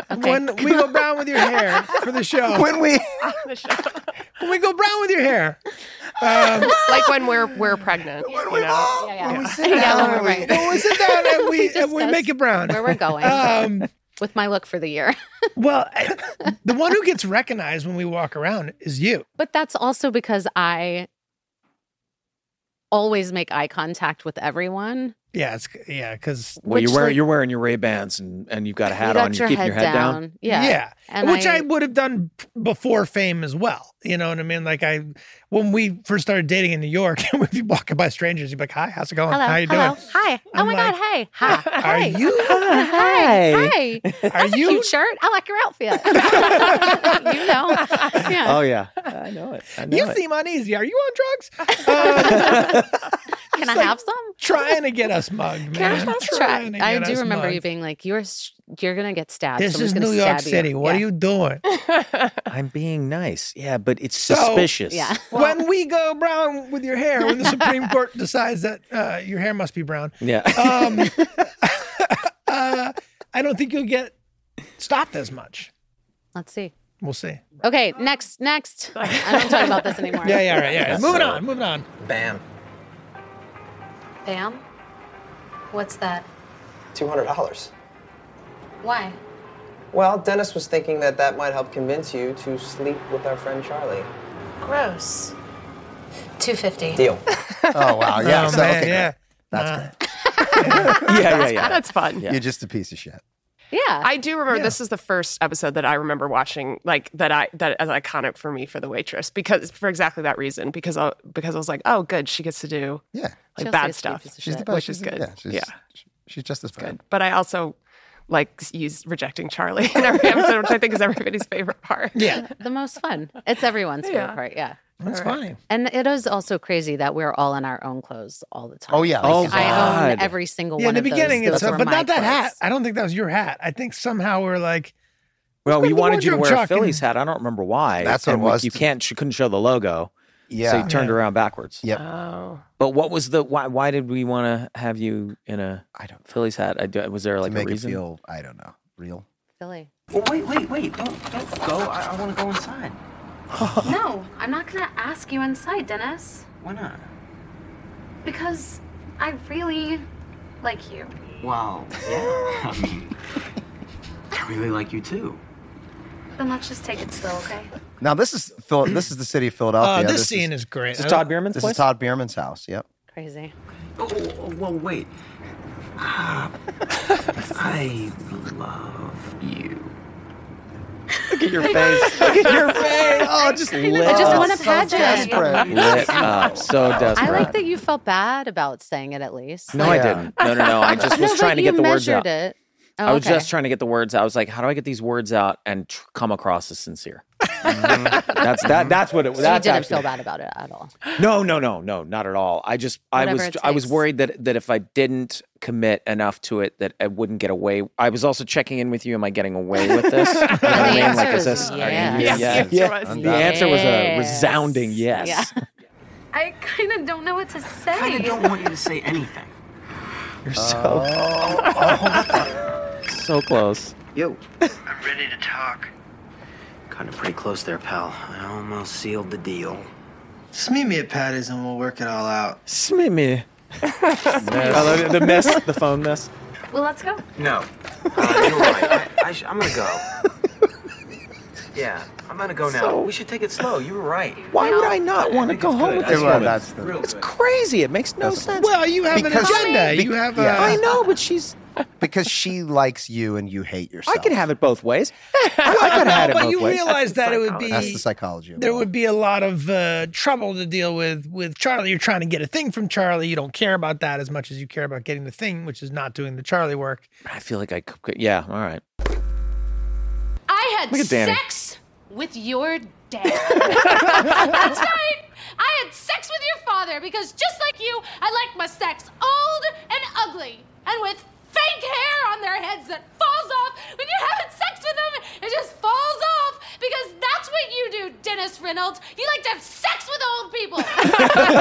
Okay.
when we go brown with your hair for the show,
When we
when we go brown with your hair, um,
like when we're we're pregnant. you know?
yeah, yeah.
when we sit
Yeah,
down,
when we're
we-
right.
when we sit down and we, and we
discuss
make it brown.
Where we're going
Um,
with my look for the year.
well, I- the one who gets recognized when we walk around is you.
But that's also because I always make eye contact with everyone.
Yeah, it's yeah, because
Well, you're
Which,
wearing
like-
you're wearing your Ray Bans and and you've got a
you
hat
got
on. You're
your
keeping
head
your head down.
Yeah.
Yeah.
And
which I,
I-
would have done p- before fame as well. You know what I mean? Like I, when we first started dating in New York, and we'd be walking by strangers, you'd be like, "Hi, how's it going?
Hello.
How you
hello.
doing?
Hi. Oh
I'm
my
like,
God. Hey. Hi.
Are
hey.
you?
Hi. Hey. That's
Are
a
you?
cute shirt. I like your outfit. you know. Yeah.
Oh yeah, I know it. I know
You
it.
seem uneasy. Are you on drugs? Um,
Can I have some?
trying to get us mugged,
Can I
man.
have some?
Trying to
I
get
do
us
remember
mugged.
you being like, "You're s- you're gonna get stabbed.
This is
Someone's gonna
New York
stab you."
City. What
Yeah.
are you doing?
I'm being nice. Yeah, but it's
So-
suspicious.
Yeah.
when we go brown with your hair, when the Supreme Court decides that uh, your hair must be brown,
Yeah.
um, uh, I don't think you'll get stopped as much.
Let's see.
We'll see.
Okay. Next. Next. I don't talk about this anymore.
Yeah, yeah, right, yeah. moving on, moving on.
Bam.
Bam? What's that?
$200.
Why?
Well, Dennis was thinking that that might help convince you to sleep with our friend Charlie.
Gross. 250.
Deal.
Oh wow. Yeah.
Oh,
so,
man,
okay,
yeah.
great. That's
Nah.
great.
yeah, yeah, yeah.
That's fun.
Yeah.
You're just a piece of shit.
Yeah.
I do remember this is the first episode that I remember watching, like that I that is iconic for me for the waitress because for exactly that reason because I because I was like, oh, good, she gets to do
Yeah.
like
Chelsea
bad
is cheap
stuff.
as a
She's the
shit.
best.
Which
she's
is good.
Yeah. She's,
Yeah.
She's just as good.
But I also like use rejecting Charlie in every episode, which I think is everybody's favorite part.
Yeah,
The most fun. It's everyone's favorite
Yeah.
part. Yeah.
that's fine.
And it is also crazy that we're all in our own clothes all the time.
Oh yeah.
Oh,
this is
I
all-
own
God.
every single
Yeah, in
one
the
of those.
beginning,
Those
it's uh,
were
but
my
not that hat.
clothes.
I don't think that was your hat. I think somehow we're like,
Well,
Look at
you
the
wanted you to
wardrobe
wear a
truck and-
Phillies hat. I don't remember why.
That's what it
And we-
was.
You can't. She couldn't show the logo. So
yeah.
you turned
Yeah.
around backwards.
Yep.
Oh,
But what was the why? Why did we want to have you in a
I don't know.
Phillies hat? I do, was there like
to
a
make it
reason?
feel, I don't know, real.
Philly.
Well, wait, wait, wait. Don't, don't go. I, I want to go inside.
No, I'm not gonna ask you inside, Dennis.
Why not?
Because I really like you.
Well, yeah. I mean, I really like you too.
Then let's just take it slow, okay?
Now this is Phil. This is the city of
uh,
Philadelphia.
this, scene is, great.
Is this
I
Todd
don't-
Bierman's
This
place?
is Todd Bierman's house. Yep.
Crazy.
Oh, oh, oh, well, wait. Ah, I love you.
Look at your face. Look at your face. Oh, just lit.
I just
up.
want a pageant.
Desperate.
lit up. So desperate.
I like that you felt bad about saying it at least.
No, I
Yeah.
didn't. No, no, no. I just
No,
was
but
trying to
you
get the words
measured
out.
It. Oh,
I was
okay.
just trying to get the words out. I was like, how do I get these words out and tr- come across as sincere? that's that. That's what it was.
So you didn't feel bad about it at all.
No, no, no, no, not at all. I just, I
Whatever
was,
it
I was
takes.
worried that that if I didn't commit enough to it, that I wouldn't get away. I was also checking in with you. Am I getting away with this? You know what I
The
mean?
answer
Like, is
is
this? are you-
yes.
yeah,
Yes,
yeah.
the answer was
The answer was a
yes.
resounding yes.
Yeah.
I kinda don't know what to
I kinda
say.
don't want you to say anything.
You're so, so close.
Yo. I'm ready to talk. Kind of pretty close there, pal. I almost sealed the deal. Just meet me at Patty's and we'll work it all out.
Smimmy. I love it. The mess, the phone mess.
Well, let's go.
No. Uh, you're right. I, I sh- I'm gonna go. Yeah, I'm gonna go now. we should take it slow. You were right.
Why would I not want to go home with this
Well,
woman?
that's the-
Real
it's
good.
crazy. It makes no sense.
Well, you have
Because-
an agenda.
Be-
you have uh,
yeah.
a.
I know, but she's.
because she likes you and you hate yourself.
I could have it both ways. I could have had it
But
both
you
ways.
realize that it would be
That's the psychology. Of
there
it all.
would be a lot of uh, trouble to deal with with Charlie. You're trying to get a thing from Charlie. You don't care about that as much as you care about getting the thing, which is not doing the Charlie work.
I feel like I could. Yeah, all right.
I had
Look at Danny.
sex with your dad. That's right. I had sex with your father because just like you, I like my sex old and ugly and with fake hair on their heads that falls off when you're having sex with them. It just falls off because that's what you do, Dennis Reynolds. You like to have sex with old people.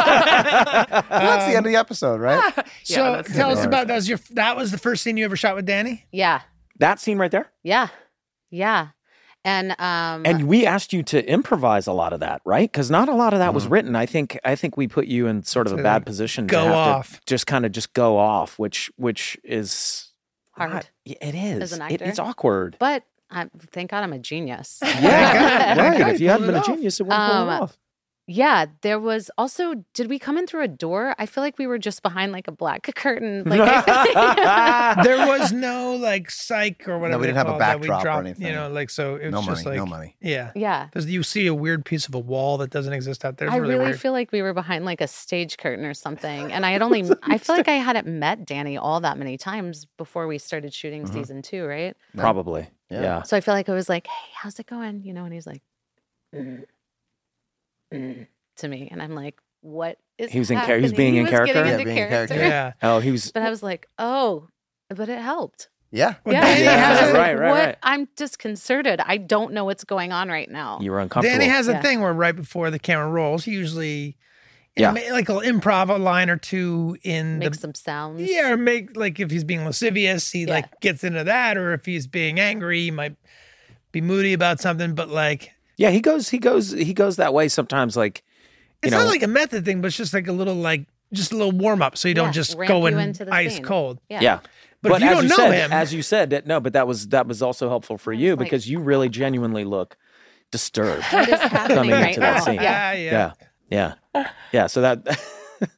Well, that's the end of the episode, right?
Ah. so
that's
tell us
hilarious.
about that was your that was the first scene you ever shot with Danny.
Yeah.
That scene right there.
Yeah. Yeah. And um
And we asked you to improvise a lot of that, right? Because not a lot of that was written. I think I think we put you in sort of a
Mm-hmm. To, like,
bad position.
go
to have
off.
To just kind of just go off, which which is
Hard.
not- yeah, it is.
As an
It- it's
actor.
awkward.
but I, thank God I'm a genius.
Yeah,
God, that
right.
guy
If you hadn't
pulled
been
it
a
off.
genius, it wouldn't pull it
Um,
off.
Yeah, there was also. Did we come in through a door? I feel like we were just behind like a black curtain. Like, I think-
there was no like psych or whatever.
we
they
didn't have a
call it that we
backdrop or
dropped,
anything.
You know, like so it was
No money,
just like
no money.
Yeah,
yeah.
There's, you see a weird piece of a wall that doesn't exist out there. It's
I
really,
really
weird.
feel like we were behind like a stage curtain or something. And I had only, I feel like I hadn't met Danny all that many times before we started shooting
Mm-hmm.
Mhm.
season two, right?
No.
Probably.
Yeah.
Yeah.
So I feel like I was like, hey, how's it going? You know, and he's like, "Mm, mm," to me. And I'm like, what is
He was in char- he
character.
was being in character?
Yeah,
Getting into
being in
character.
character.
yeah.
Oh, he was.
But I was like, oh, but it helped.
Yeah.
Well,
yeah.
Danny
I
has
was
Yeah,
a-
like,
right, right,
what?
right.
I'm disconcerted. I don't know what's going on right now.
You were uncomfortable.
Danny has a
Yeah.
thing where right before the camera rolls, he usually
Yeah.
ma- like he'll improv a line or two in
Make
the
some sounds.
yeah, or make like if he's being lascivious, he
Yeah.
like gets into that, or if he's being angry, he might be moody about something. But like,
yeah, he goes. He goes. He goes that way sometimes. Like, you
it's
know,
not like a method thing, but it's just like a little like just a little warm up, so you
Yeah,
don't just
ramp
go
you
in
into the
ice
scene.
cold.
Yeah.
yeah.
But, if you
as
don't
you
know
said,
him,
as you said, that, no. But that was that was also helpful for you
like-
because you really genuinely look disturbed.
What is happening
Coming into
right
that
now?
scene.
Yeah.
yeah, yeah,
yeah, yeah, yeah. So that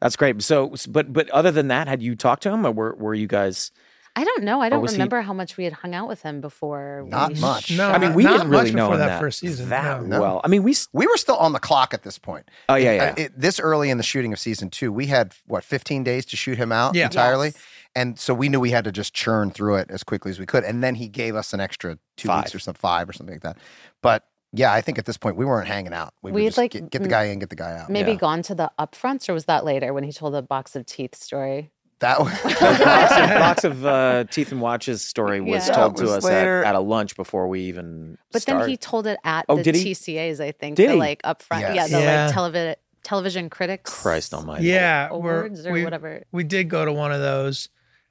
that's great. So, but but other than that, had you talked to him, or were were you guys?
I don't know. I don't
was he-
remember how much we had hung out with him before.
Not
we
much.
No,
I mean, we
Uh, not
didn't really
much
know
before
him
that first season,
That
no.
well, I mean, we. s-
We were still on the clock at this point.
Oh yeah, yeah.
Uh, it- this early in the shooting of season two, we had what 15 days to shoot him out
Yeah.
entirely,
Yes.
and so we knew we had to just churn through it as quickly as we could. And then he gave us an extra two
Five.
weeks or some five or something like that. But yeah, I think at this point we weren't hanging out. We would
We'd
just
like-
get, get the guy in, get the guy out.
Maybe
Yeah.
gone to the upfronts, or was that later when he told the box of teeth story?
That
the
was
box of, box of uh, teeth and watches story was
Yeah.
told
That was
to us at,
later.
at a lunch before we even.
But then he
started.
told it at
Oh,
the
did he?
TCAs, I think.
Did
the,
he?
like upfront,
Yes.
yeah, the
Yeah.
like television television critics.
Christ Almighty.
yeah. we're-
awards or
we-
whatever.
we did go to one of those.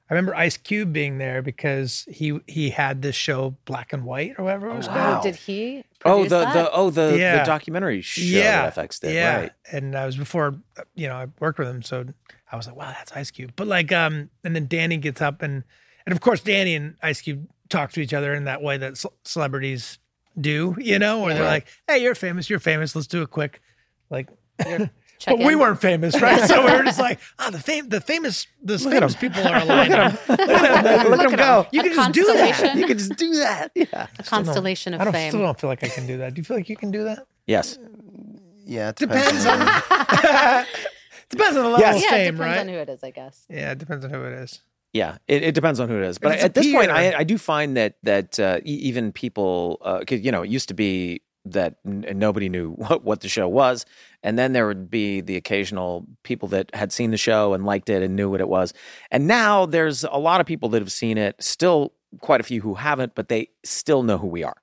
I remember Ice Cube being there because he he had this show Black and White or whatever it was called.
Wow.
Oh, did he?
Oh
produce
the,
that?
the oh the,
Yeah.
the documentary show that FX did
yeah.
right.
And I was before, uh, you know, I worked with him, so I was like, wow, that's Ice Cube. But like, um, and then Danny gets up and, and of course, Danny and Ice Cube talk to each other in that way that ce- celebrities do, you know, where they're
Yeah.
like, hey, you're famous, you're famous, let's do a quick, like.
Check
but we
in.
weren't famous, right? So we were just like, ah, the fam- the famous, the famous people are aligned. Look at them, look at them go. You
A
can just do that.
constellation.
You can just do that. Yeah.
a constellation
I
of
don't
fame.
still don't feel like I can do that. Do you feel like you can do that?
Yes.
yeah. It
Depends on
on-
depends on the level
Yes.
of
yeah, it
fame,
depends
right?
on who it is, I guess.
Yeah, it depends on who it is.
Yeah, it, it depends on who it is. But
it's a
at this point,
peer-
I, I do find that that uh, e- even people, because you know, it used to be that n- nobody knew what, what the show was, and then there would be the occasional people that had seen the show and liked it and knew what it was, and now there's a lot of people that have seen it. Still, quite a few who haven't, but they still know who we are.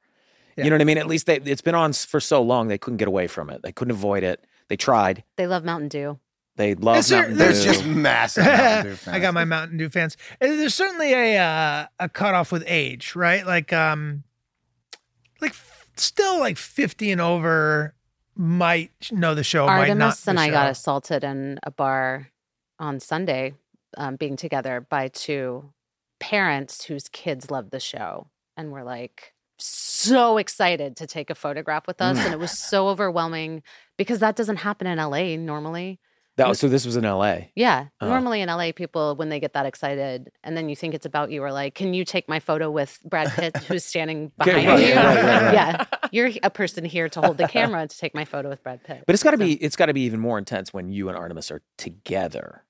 You know what I mean? At least they, it's been on s- for so long they couldn't get away from it. They couldn't avoid it. They tried.
They love Mountain Dew.
They love.
Is there-
There's
Dude.
just massive. Mountain Dew fans.
I got my Mountain Dew fans. And There's certainly a uh, a cutoff with age, right? Like um, like f- still like 50 and over might know the show, might Oh, not.
Artemis
the
and I
show.
got assaulted in a bar on Sunday, um, being together by two parents whose kids loved the show and were like so excited to take a photograph with us. and it was so overwhelming because that doesn't happen in LA normally.
That was, so this was in L.A.
Yeah.
Uh-huh.
Normally in LA, people, when they get that excited and then you think it's about you, are like, can you take my photo with Brad Pitt who's standing behind
right,
you?
right, right, right.
Yeah. You're a person here to hold the camera to take my photo with Brad Pitt.
But it's got to be it's got to be even more intense when you and Artemis are together.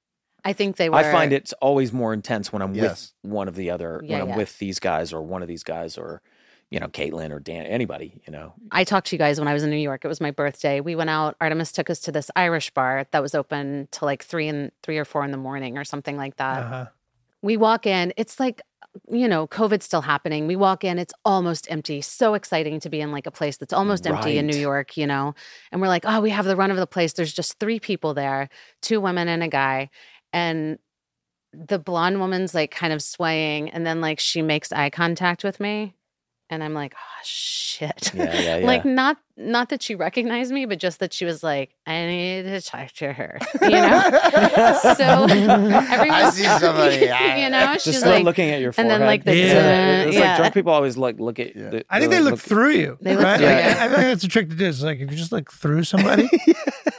I think they were.
I find it's always more intense when I'm
Yes.
with one of the other
Yeah,
when I'm
yeah.
with these guys or one of these guys or you know Caitlin or Dan anybody you know
I talked to you guys when I was in New York. It was my birthday. We went out. Artemis took us to this Irish bar that was open till like three and three or four in the morning or something like that.
Uh-huh.
We walk in. It's like you know, COVID's still happening. We walk in. It's almost empty. So exciting to be in like a place that's almost empty in New
Right.
York. You know, and we're like, oh, we have the run of the place. There's just three people there, two women and a guy, and the blonde woman's like kind of swaying, and then like she makes eye contact with me. and I'm like, oh shit.
Yeah, yeah,
Like
yeah.
not not that she recognized me, but just that she was like, I need to talk to her. You know? so
I
everyone's
see somebody.
you know, she's
Just
like
like, looking at your
and
forehead.
then, like, the-
yeah. It's
yeah.
like drunk people always like look at.
Yeah.
the-
I think they look
look-
through you.
They look
right?
through
Like,
you.
I I think that's a trick to do. It's like if you just look through somebody.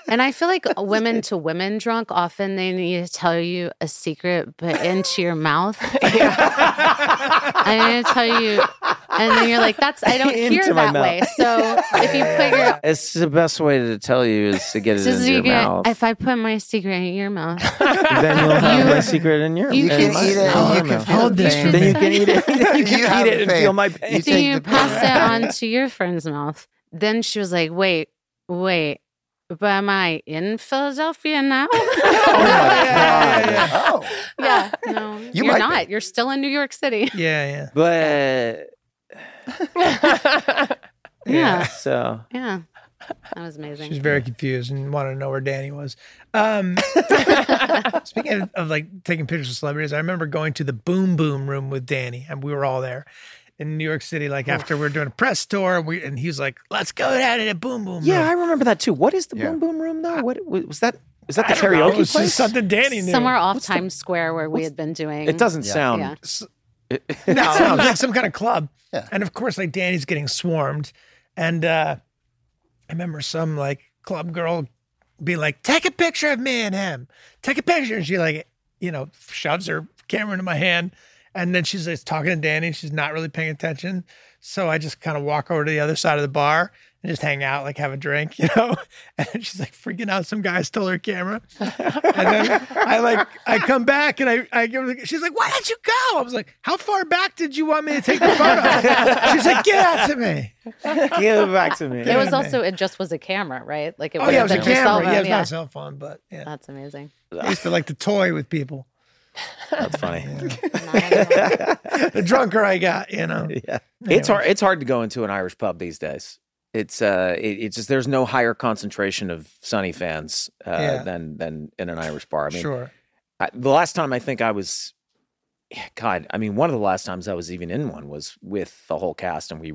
And I feel like women to women drunk often they need to tell you a secret, but into your mouth. I need to tell you, and then you're like, "That's I don't hear
Into my
that way." So if you put your
It's the best way to tell you is to get it
so
into your
secret,
mouth.
if I put my secret in your mouth,
then you'll have
You-
my secret in your.
you
in
can
my-
eat it
in
and
my
you can
mouth.
feel
Hold this for
Then
me.
you can eat it. you
You
can
have
eat
the
it and
pain.
feel my
You
pain.
do
take
you
the pill.
pass it on to your friend's mouth? Then she was like, "Wait, wait, but am I in Philadelphia now?" Oh,
yeah, yeah, yeah.
Oh,
yeah, no,
You
you
might be.
are not. You're still in New York City.
Yeah, yeah.
But
Yeah.
so
Yeah. That was amazing.
She was very confused and wanted to know where Danny was. Um, speaking of, of like taking pictures with celebrities, I remember going to the Boom Boom Room with Danny, and we were all there in New York City. Like after we were doing a press tour, and, we, and he was like, "Let's go down to the Boom Boom."
yeah, I
Room.
remember that too. What is the
Yeah.
boom boom room though? What was that? Is that the
It was
karaoke
just
place?
something Danny knew.
somewhere off Times Square where we had been doing.
It doesn't
Yeah.
sound.
Yeah.
No, it sounds like some kind of club.
Yeah.
And of course, like Danny's getting swarmed. And uh, I remember some like club girl being like, take a picture of me and him. Take a picture. And she like, you know, shoves her camera into my hand. And then she's just talking to Danny. She's not really paying attention. So I just kind of walk over to the other side of the bar and just hang out, like have a drink, you know? And then she's like freaking out. Some guy stole her camera. And then I like I come back and I I give her the, she's like, Why did you go? I was like, How far back did you want me to take the photo? she's like, Get out to me.
Give it back to me.
It was also, it just was a camera, right? Like it
Oh yeah, it was a
wasn't your cell
camera. Yeah, it
phone,
was not a cell phone, but yeah.
That's amazing.
I used to like to toy with people.
That's funny.
The drunker I got, you know.
yeah. It's hard it's hard to go into an Irish pub these days. It's uh it, it's just there's no higher concentration of Sunny fans uh,
Yeah.
than than in an Irish bar. I mean
sure.
I, the last time I think I was yeah, God, I mean one of the last times I was even in one was with the whole cast and we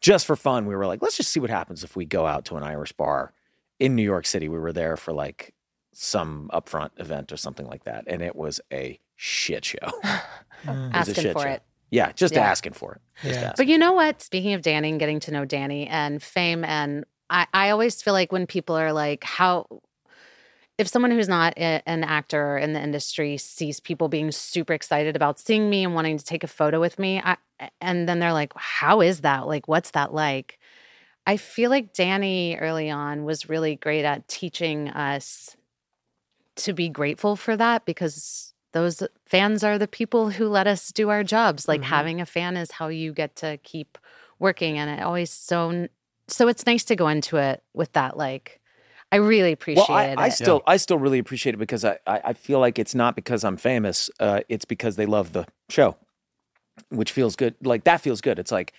just for fun we were like let's just see what happens if we go out to an Irish bar in New York City. We were there for like some upfront event or something like that and it was a shit show. was a
Asking
shit
for
show.
it.
yeah, just
Yeah.
asking for it. Just
Mm, Yeah.
asking.
But you know what? Speaking of Danny and getting to know Danny and fame, and I, I always feel like when people are like, how, if someone who's not a, an actor in the industry sees people being super excited about seeing me and wanting to take a photo with me, I, and then they're like, how is that? Like, what's that like? I feel like Danny early on was really great at teaching us to be grateful for that because those fans are the people who let us do our jobs. Like having a fan is how you get to keep working. And it always so, so it's nice to go into it with that. Like, I really appreciate
well, I,
it.
I still I still really appreciate it because I, I, I feel like it's not because I'm famous. Uh, it's because they love the show, which feels good. Like that feels good. It's like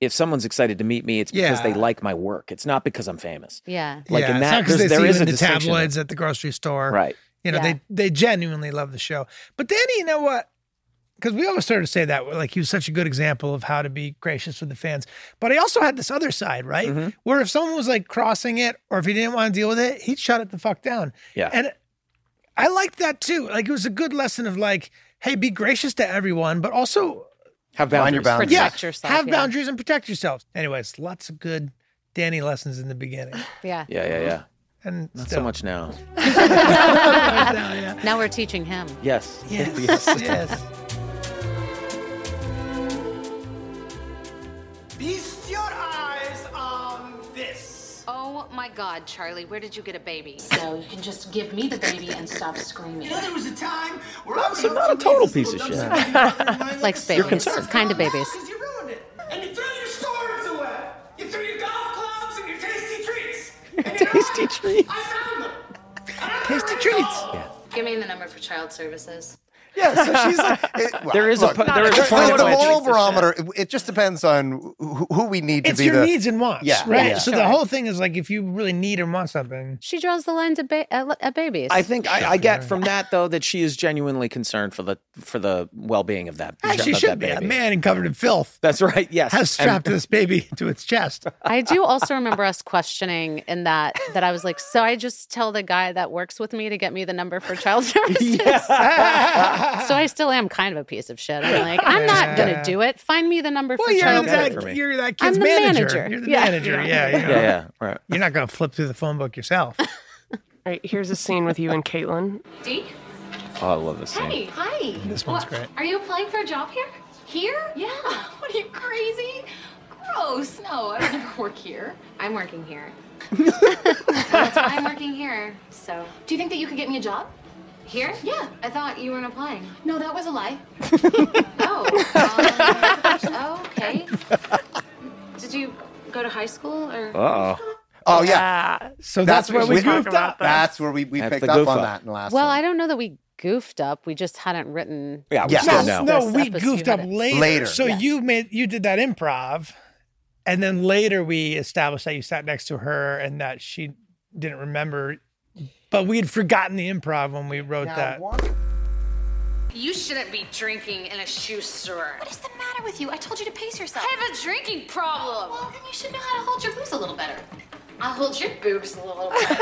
if someone's excited to meet me, it's because
Yeah.
they like my work. It's not because I'm famous.
yeah.
Like
yeah,
in
it's not
that,
because
there's-
they
there
see
is
you in
a
the
distinction there.
tabloids at the grocery store.
Right.
You know,
Yeah.
they they genuinely love the show. But Danny, you know what? Because we always started to say that, like he was such a good example of how to be gracious with the fans. But I also had this other side, right?
Mm-hmm.
Where if someone was like crossing it, or if he didn't want to deal with it, he'd shut it the fuck down.
Yeah.
And I liked that too. Like it was a good lesson of like, hey, be gracious to everyone, but also
Have
Mind your
boundaries.
boundaries.
yeah,
Protect yourself,
have
yeah.
boundaries and protect yourselves. Anyways, lots of good Danny lessons in the beginning,
Yeah.
Yeah, yeah, yeah.
and
Not
still.
so much now.
Now we're teaching him.
Yes.
Yes, yes.
Feast your eyes on this.
Oh my God, Charlie, where did you get a baby?
So you can just give me the baby and stop screaming.
there was a time where I was
I'm not a total piece of shit.
Like
You're
babies. Kind of babies.
you ruined it. And you threw your swords away. You threw your golf clubs and your tasty treats. And you know
Tasty
what?
treats.
I found them.
Tasty treats.
Give me the number for child services.
Yeah, so she's like, it- well,
There is a
look,
po- there is a
the-
point
the,
at which-
moral barometer. It, it just depends on who, who we need
It's
to be
your
the
needs and wants,
Yeah,
right?
yeah.
So the whole thing is like if you really need or want something,
She draws the lines at, ba- at, at babies.
I think I, I get from that though that she is genuinely concerned for the for the well being of that.
as she
of
should
that
be. A
baby.
man and covered in filth
That's right. Yes.
has
And-
strapped this baby to its chest.
I do also remember us questioning in that that I was like, so I just tell the guy that works with me to get me the number for child services. so I still am kind of a piece of shit. I'm like, I'm not gonna
Yeah.
do do it. Find me the number
Well,
for
you're
child
got it
that,
services.
for me.
you're that
I'm
kid's
the
manager.
manager.
You're the
Yeah.
manager. Yeah, you know.
yeah, yeah. Right.
You're not going to flip through the phone book yourself.
All right, here's a scene with you and Caitlin.
Dee?
Oh, I love this scene.
Hey, hi.
This one's great.
Are you applying for a job here? Here? Yeah. What are you crazy? Gross. No, I would never work here.
I'm working here.
That's why I'm working here.
So
Do you think that you could get me a job?
here?
Yeah.
I thought you weren't applying.
No, that was a lie.
Oh. um, okay. Did you go to high school or?
Uh oh.
Oh yeah,
Ah,
So that's,
That's
where
what
we
she's talking
goofed
about.
up.
that's where we, we
That's
picked
the
up
goof
on
up.
that in the last.
Well,
one.
I don't know that we goofed up. We just hadn't written.
Yeah. we
Yeah.
still
Yes,
know.
No,
This
we
episode
goofed
had
up
it.
later.
Later.
So
Yeah.
you made you did that improv, and then later we established that you sat next to her and that she didn't remember, but we had forgotten the improv when we wrote that.
You shouldn't be drinking in a shoe store.
What is the matter with you? I told you to pace yourself.
I have a drinking problem.
Well, then you should know how to hold your boobs a little better. I'll hold your boobs a little better.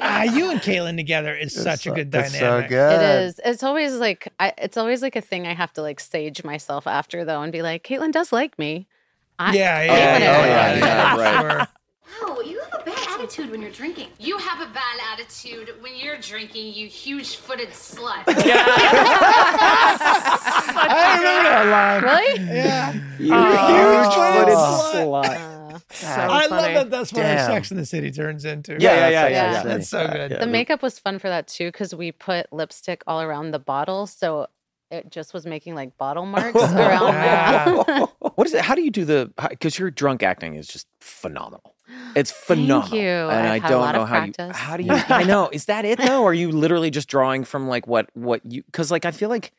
Ah, you and Caitlin together is such a good dynamic.
It's so
It
good.
is. It's always like I, it's always like a thing I have to like sage myself after though, and be like, Caitlin does like me. I,
Yeah, yeah, yeah,
Caitlin is
yeah,
like
yeah,
me.
yeah, right.
Sure.
Wow, Oh, you have a bad attitude when you're drinking.
You have a bad attitude when you're drinking, you huge footed slut.
I remember that line.
Really?
Yeah.
so
I
funny.
love that that's what our
Damn.
Sex in the City turns into.
Yeah, yeah,
that's
yeah, yeah.
actually
yeah.
funny.
That's so good.
The makeup was fun for that too because we put lipstick all around the bottle, so it just was making like bottle marks
Oh,
around.
Wow.
my
what is it? How do you do the? Because your drunk acting is just phenomenal. It's phenomenal.
you.
And
I've
I
had a
don't
lot
know
of
how you.
practice.
How do you? I know. Is that it though? Or are you literally just drawing from like what what you? Because like I feel like.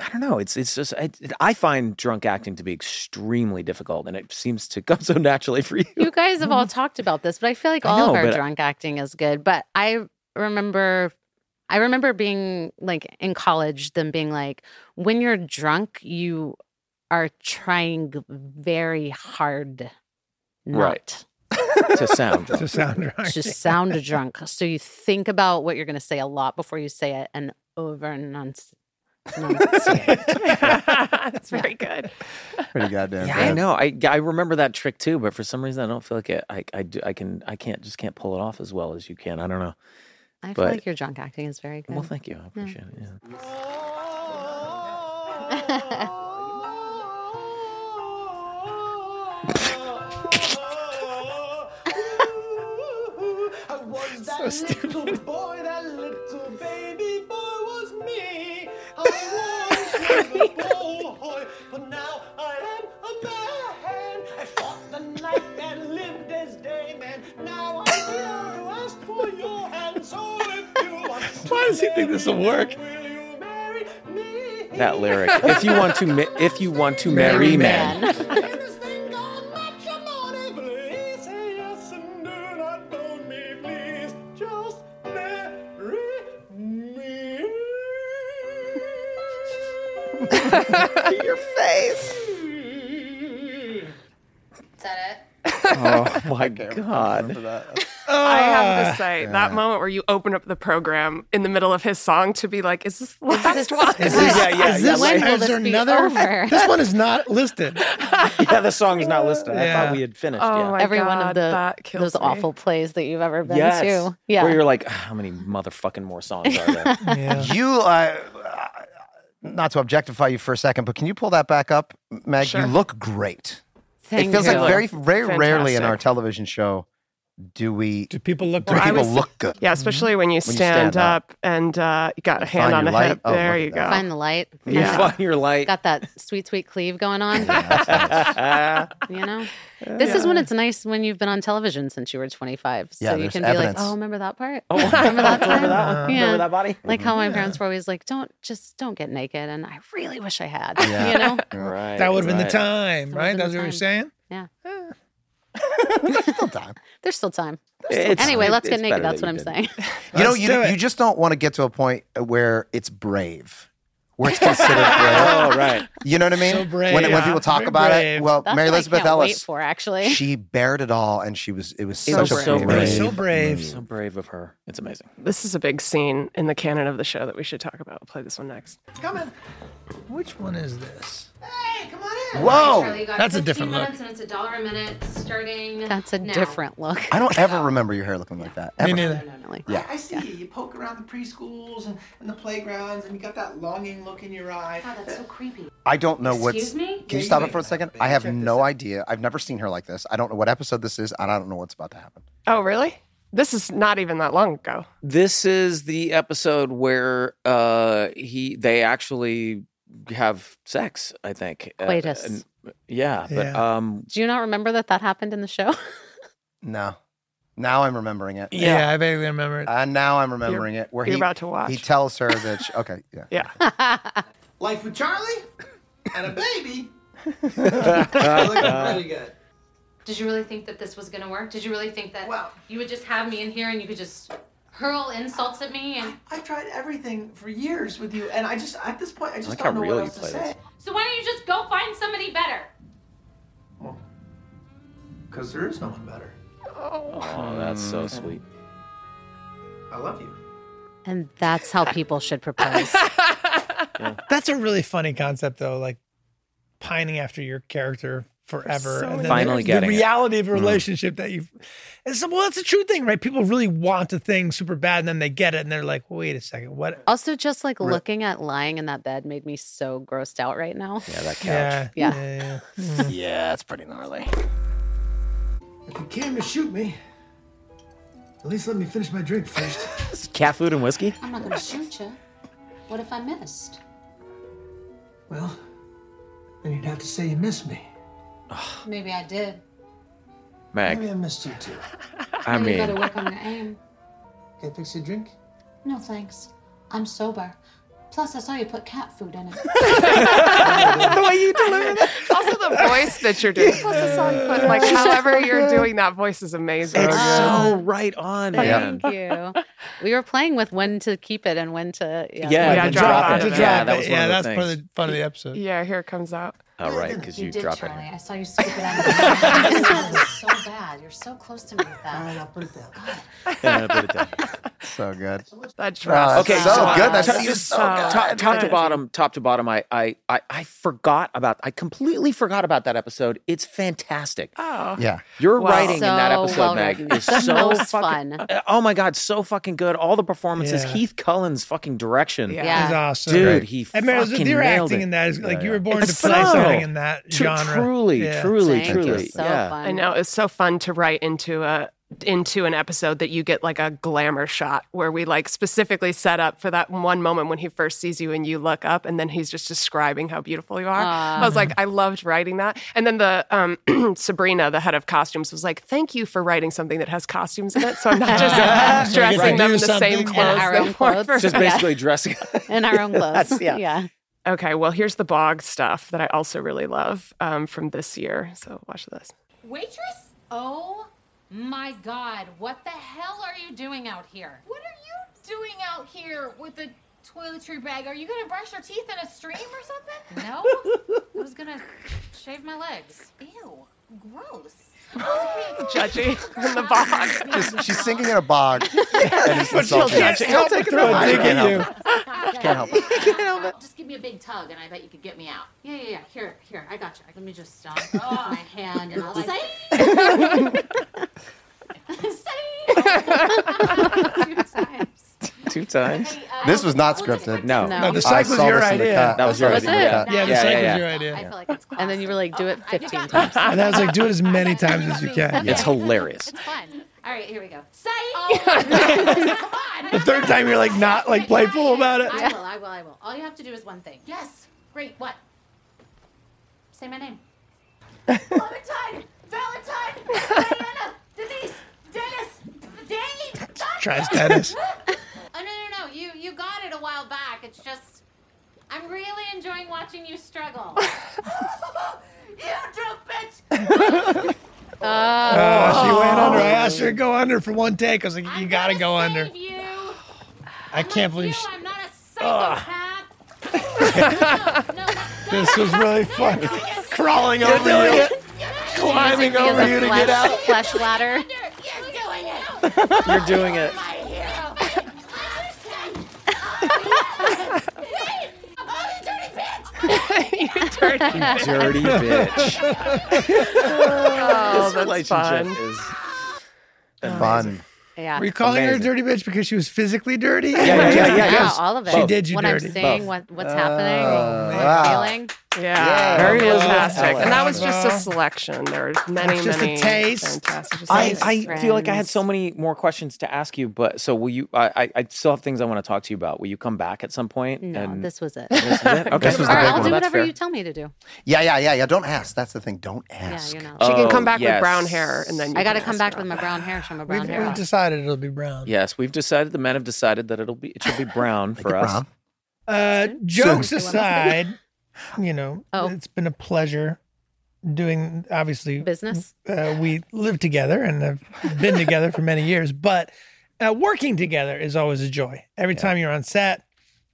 I don't know. It's it's just I, I find drunk acting to be extremely difficult, and it seems to come so naturally for you.
you guys have all talked about this, but I feel like
I
all
know,
of our
but-
drunk acting is good. But I remember, I remember being like in college, them being like, when you're drunk, you are trying very hard not
Right. to sound drunk.
To sound right.
to sound drunk. So you think about what you're going to say a lot before you say it and over enunciate.
that's very good.
Pretty goddamn.
Yeah, I
good.
know. I I remember that trick too, but for some reason I don't feel like it. I I do. I can. I can't. Just can't pull it off as well as you can. I don't know.
I feel
But-
like your drunk acting is very good.
Well, thank you. I appreciate it. Yeah.
Oh
So stupid. Why does he think this will work?
That lyric. If you want to, ma- if you want to marry men.
Is that
Oh my god.
I
Ah.
have to say that moment where you open up the program in the middle of his song to be like, "Is this the last one?"
Is
this-
this,
Yeah, yeah,
is
yeah.
this,
When will
is there
this be
another?
over?
This one is not listed.
Yeah, the song is not listed. I
Yeah.
thought we had finished.
Oh
yeah.
my
Every one of
God,
the
that kills
those
me.
awful plays that you've ever been
Yes.
to. Yeah.
Where you're like, "Ah, how many motherfucking more songs are there?
Yeah.
You, uh, uh, not to objectify you for a second, but can you pull that back up, Meg?
Sure.
You look great.
Thank
it feels
you.
like very, very rarely in
Fantastic.
our television show do we
Do people look
do
like
people
was-
look good?
Yeah, especially when you stand,
Mm-hmm. stand
up, and uh, you got a hand
find
on
your
the
light.
hip.
Oh,
there
look at
you
that.
go.
Find the light.
You
Yeah.
find your light.
Got that sweet, sweet cleave going on. you know, this is when it's nice when you've been on television since you were 25. So
Yeah,
you
there's
can
evidence.
be like, oh, remember that part?
oh, remember
that time?
Remember that one?
Yeah.
Remember that body?
Like how my parents were always like, don't just don't get naked. And I really wish I had,
Yeah.
you know?
Right.
That would have been the
right.
time,
would've
right?
been
That's
the
what you're
time.
saying.
Still time.
There's still time.
It's-
anyway, let's get
it's
naked.
better
That's
that
what I'm
you
saying.
You know,
Let's
you,
do it.
you just don't want to get to a point where it's brave, where it's considered brave.
didn't. Oh, right.
You know what I mean?
So brave.
When, when
Yeah.
people talk
Very
about it,
brave.
well,
That's
Mary
what
Elizabeth
I can't wait
Ellis,
for, actually.
she bared it all, and she was it was
It
such
was
a
so
brave,
brave.
So brave.
So brave of her. It's amazing.
This is a big scene in the canon of the show that we should talk about. We'll play this one next.
Coming. Which one is this?
Oh,
Whoa!
That's a different look.
And it's a dollar a minute starting.
That's a
now.
different look.
I don't ever remember your hair looking like that.
Me
Ever.
neither.
Definitely.
Yeah.
I see you. You poke around the preschools and, and the playgrounds, and you got that longing look in your eye.
Wow, that's so creepy.
I don't know what's.
Excuse me?
Can you
Yeah,
stop
you
it for a
wait.
second?
Wait,
I have
check this
no
out.
idea. I've never seen her like this. I don't know what episode this is, and I don't know what's about to happen.
Oh, really? This is not even that long ago.
This is the episode where uh he they actually have sex, I think. Uh,
Coitus.
and- yeah, but
Yeah.
um
Do you not remember that that happened in the show?
No. Now I'm remembering it.
Yeah,
yeah.
I vaguely remember it.
And now I'm remembering it. Where
You're
he,
about to watch.
He tells her that. She, okay. Yeah.
Yeah.
Life with Charlie and a baby. You're looking pretty good.
Did you really think that this was gonna work? Did you really think that
Wow.
you would just have me in here and you could just hurl insults at me? And
I've tried everything for years with you, and I just at this point I just
like
don't
how
know
real
what
you
else to
play
say.
this.
so why don't you just go find somebody better?
Because there is no one better.
Oh, that's so sweet.
I love you.
and that's how people should propose.
That's a really funny concept, though. Like pining after your character forever. and then
Finally
the,
getting it. Mm-hmm.
the reality of a relationship that you've. It's, well, that's a true thing, right? People really want a thing super bad, and then they get it, and they're like, "Wait a second, what?"
Also, just like looking at lying in that bed made me so grossed out right now.
Yeah, that couch.
Yeah,
Yeah.
yeah.
Yeah, that's pretty gnarly.
If you came to shoot me, at least let me finish my drink first.
Cat food and whiskey?
I'm not gonna shoot you. What if I missed?
well, then you'd have to say you miss me.
Maybe I did.
Maybe
Meg,
I missed you too.
I mean,
work on your aim.
Can I fix you a drink?
No thanks. I'm sober. Plus, I saw you put cat food in it.
Also, the voice that you're doing. Plus the song put, like, however you're doing that voice is amazing.
it's so right on, man.
Thank you. We were playing with when to keep it and when to. Yeah.
Yeah,
Yeah,
to
drop
drop
it.
it.
To
Yeah,
drop
that was one
yeah,
of the
that's part of
things.
the fun of the episode.
yeah, here it comes out.
Oh, right, because you,
did,
drop it.
Charlie. I saw you scoop it out of the bag. This is so bad. You're so close to me with
All right,
that.
I'll put it down.
So good.
That dress.
okay,
is
so good. That
just
stuff is so good.
top, top to
good.
bottom, top to bottom. I, I, I, I forgot about. I completely forgot about that episode. It's fantastic.
Oh.
Yeah.
Your
Wow.
writing in that
So
episode,
well
Meg,
written.
is
The
so
most
fucking,
fun.
uh, Oh my god, so fucking good. All the performances.
Yeah.
Heath Cullen's fucking direction.
Yeah.
It
Yeah.
was awesome,
Dude, he
And
fucking
Meryl, Streep, your
nailed
acting
it.
in that is like you were born to
It's
play
phenomenal.
something in that
Tru-
genre.
Truly,
Yeah.
truly,
Thank
truly.
you. So
yeah.
fun.
I know it's so fun to write into a into an episode that you get like a glamour shot where we like specifically set up for that one moment when he first sees you and you look up and then he's just describing how beautiful you are. I was like, I loved writing that. And then the um, Sabrina, the head of costumes, was like, "Thank you for writing something that has costumes in it, so I'm not just
So we get to
dressing them
do
in the same
something.
clothes."
And our
they
own
wore
clothes.
for
Just
Yeah.
basically dressing.
In our own clothes.
That's- yeah.
yeah.
Okay, well, here's the bog stuff that I also really love um, from this year. So watch this.
Waitress? Oh my god, what the hell are you doing out here?
What are you doing out here with a toiletry bag? Are you gonna brush your teeth in a stream or something?
No? I was gonna shave my legs.
Ew, gross.
Judgy from the bog.
Just, she's singing in a bog. and it's insulting.
Can't help but throw a
I
dig
can't
at you.
help Can't help it.
Just give me a big tug and I bet you could get me out. Yeah, yeah, yeah. Here, here, I got you. Let me just um, put my hand and I'll like, say. Two times.
Two two times.
This was not scripted.
No.
No.
No, the
I
psych was
saw
your
this in the
idea.
cut.
That was your
That was
idea.
it.
Yeah.
Yeah, the
Yeah,
psych
yeah,
was
yeah.
your idea.
feel like it's
And then you were like, do
Oh,
it 15 times.
And I was like, do it as many times as you can.
It's hilarious.
It's fun. All right, here we go.
Say
Oh.
The third time, you're like not like playful about it.
I will, I will, I will. All you have to do is one thing.
Yes.
Great, what? Say my name.
Clementine, Valentine, Diana, Denise, Dennis, Danny.
Tries tennis.
Oh no no no! You you got it a while back. It's just I'm really enjoying watching you struggle.
You drunk bitch.
Oh, she went under. I asked her to go under for one take. I was like, you
I'm
gotta
gonna
go under.
save You.
I can't
Like
believe
you,
she-
I'm not a psychopath. no, no,
this was really funny. Crawling over you, climbing
He has
over
a
you to
flesh,
get out.
flesh ladder.
You're doing it.
You're doing it.
My hero. I understand. Oh, yes. Wait. Oh, you dirty bitch.
Dirty bitch.
Oh,
this
that's
relationship
fun.
is.
Fun.
Yeah.
Were you calling
Amazing.
her a dirty bitch because she was physically dirty?
yeah, yeah,
Yeah,
yeah. yes.
all of it.
She did you
what
dirty. Oh,
I'm seeing,
Both.
what, what's happening, what
wow.
I'm feeling.
Yeah,
Yeah.
very
Hello,
fantastic.
hello.
And that was just a selection. There were many,
That's just a
many
taste.
Fantastic. Just
I,
taste.
I feel like I had so many more questions to ask you, but so will you? I, I, I still have things I want to talk to you about. Will you come back at some point?
No,
and-
this was it.
This is it? Okay.
This was the
Or
big
I'll
one.
do
That's
whatever
fair.
you tell me to do.
Yeah, yeah, yeah, yeah. Don't ask. That's the thing. Don't
Yeah,
ask.
you're not.
She can
Oh,
come back
yes.
with brown hair, and then you
I got to
can
come
ask
back
her.
with my brown hair. Show my
We've,
brown hair.
we've
off.
decided it'll be brown.
Yes, we've decided. The men have decided that it'll be it should be brown
Like
for
a
us.
prom.
Uh, jokes
Soon.
aside, you know,
Oh.
it's been a pleasure doing, obviously,
Business.
uh, we live together and have been together for many years, but uh, working together is always a joy. Every time you're on set,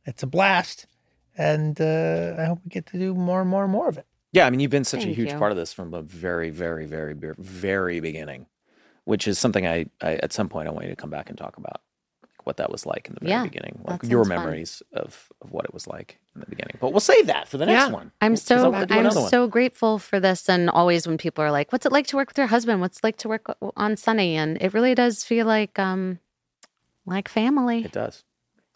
it's a blast. And uh, I hope we get to do more and more and more of it.
Yeah, I mean, you've been such a
Thank
huge
you.
part of this from the very, very, very, be- very beginning, which is something I, I at some point I want you to come back and talk about like, what that was like in the very
Yeah,
beginning,
that
like your
sounds fun.
memories of, of what it was like in the beginning. But we'll save that for the next
Yeah.
one.
I'm
'cause I
so
wanna do
I'm
another one.
so grateful for this, and always when people are like, "What's it like to work with your husband? What's it like to work o- on Sunny?" and it really does feel like um like family.
It does.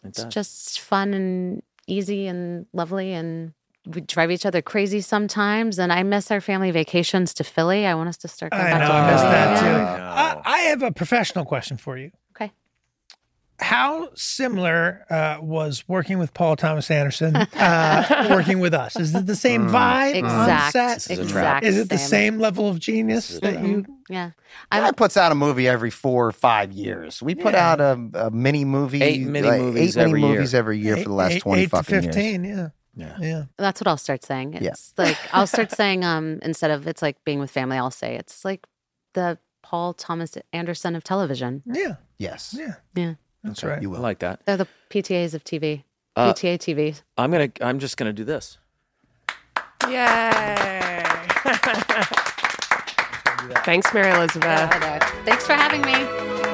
It
It's
does.
just fun and easy and lovely, and we drive each other crazy sometimes. And I miss our family vacations to Philly. I want us to start going
I
back
know,
to
I miss
Philly
that
again.
too.
Yeah.
Oh.
I, I have a professional question for you.
Okay.
How similar uh, was working with Paul Thomas Anderson uh, working with us? Is it the same
Mm.
vibe on
Exact,
set?
This is a trap.
exact.
Is it the same level of genius that you?
Yeah,
Guy
I'm
puts out a movie every four or five years. We put out a, a mini movie,
Eight mini movies
eight mini
every year.
movies every year for the last
Eight- eight-
twenty
eight to
fucking years.
fifteen.
Yeah.
Yeah, yeah.
That's what I'll start saying. It's
Yeah.
like I'll start saying um instead of it's like being with family, I'll say it's like the Paul Thomas Anderson of television.
Yeah,
Yes,
yeah,
Yeah.
That's
Okay,
right.
You
I
will.
like that.
They're the PTAs of TV.
Uh,
PTA TV.
I'm gonna. I'm just gonna do this.
Yay! Thanks, Mary Elizabeth.
uh,
Thanks for having me.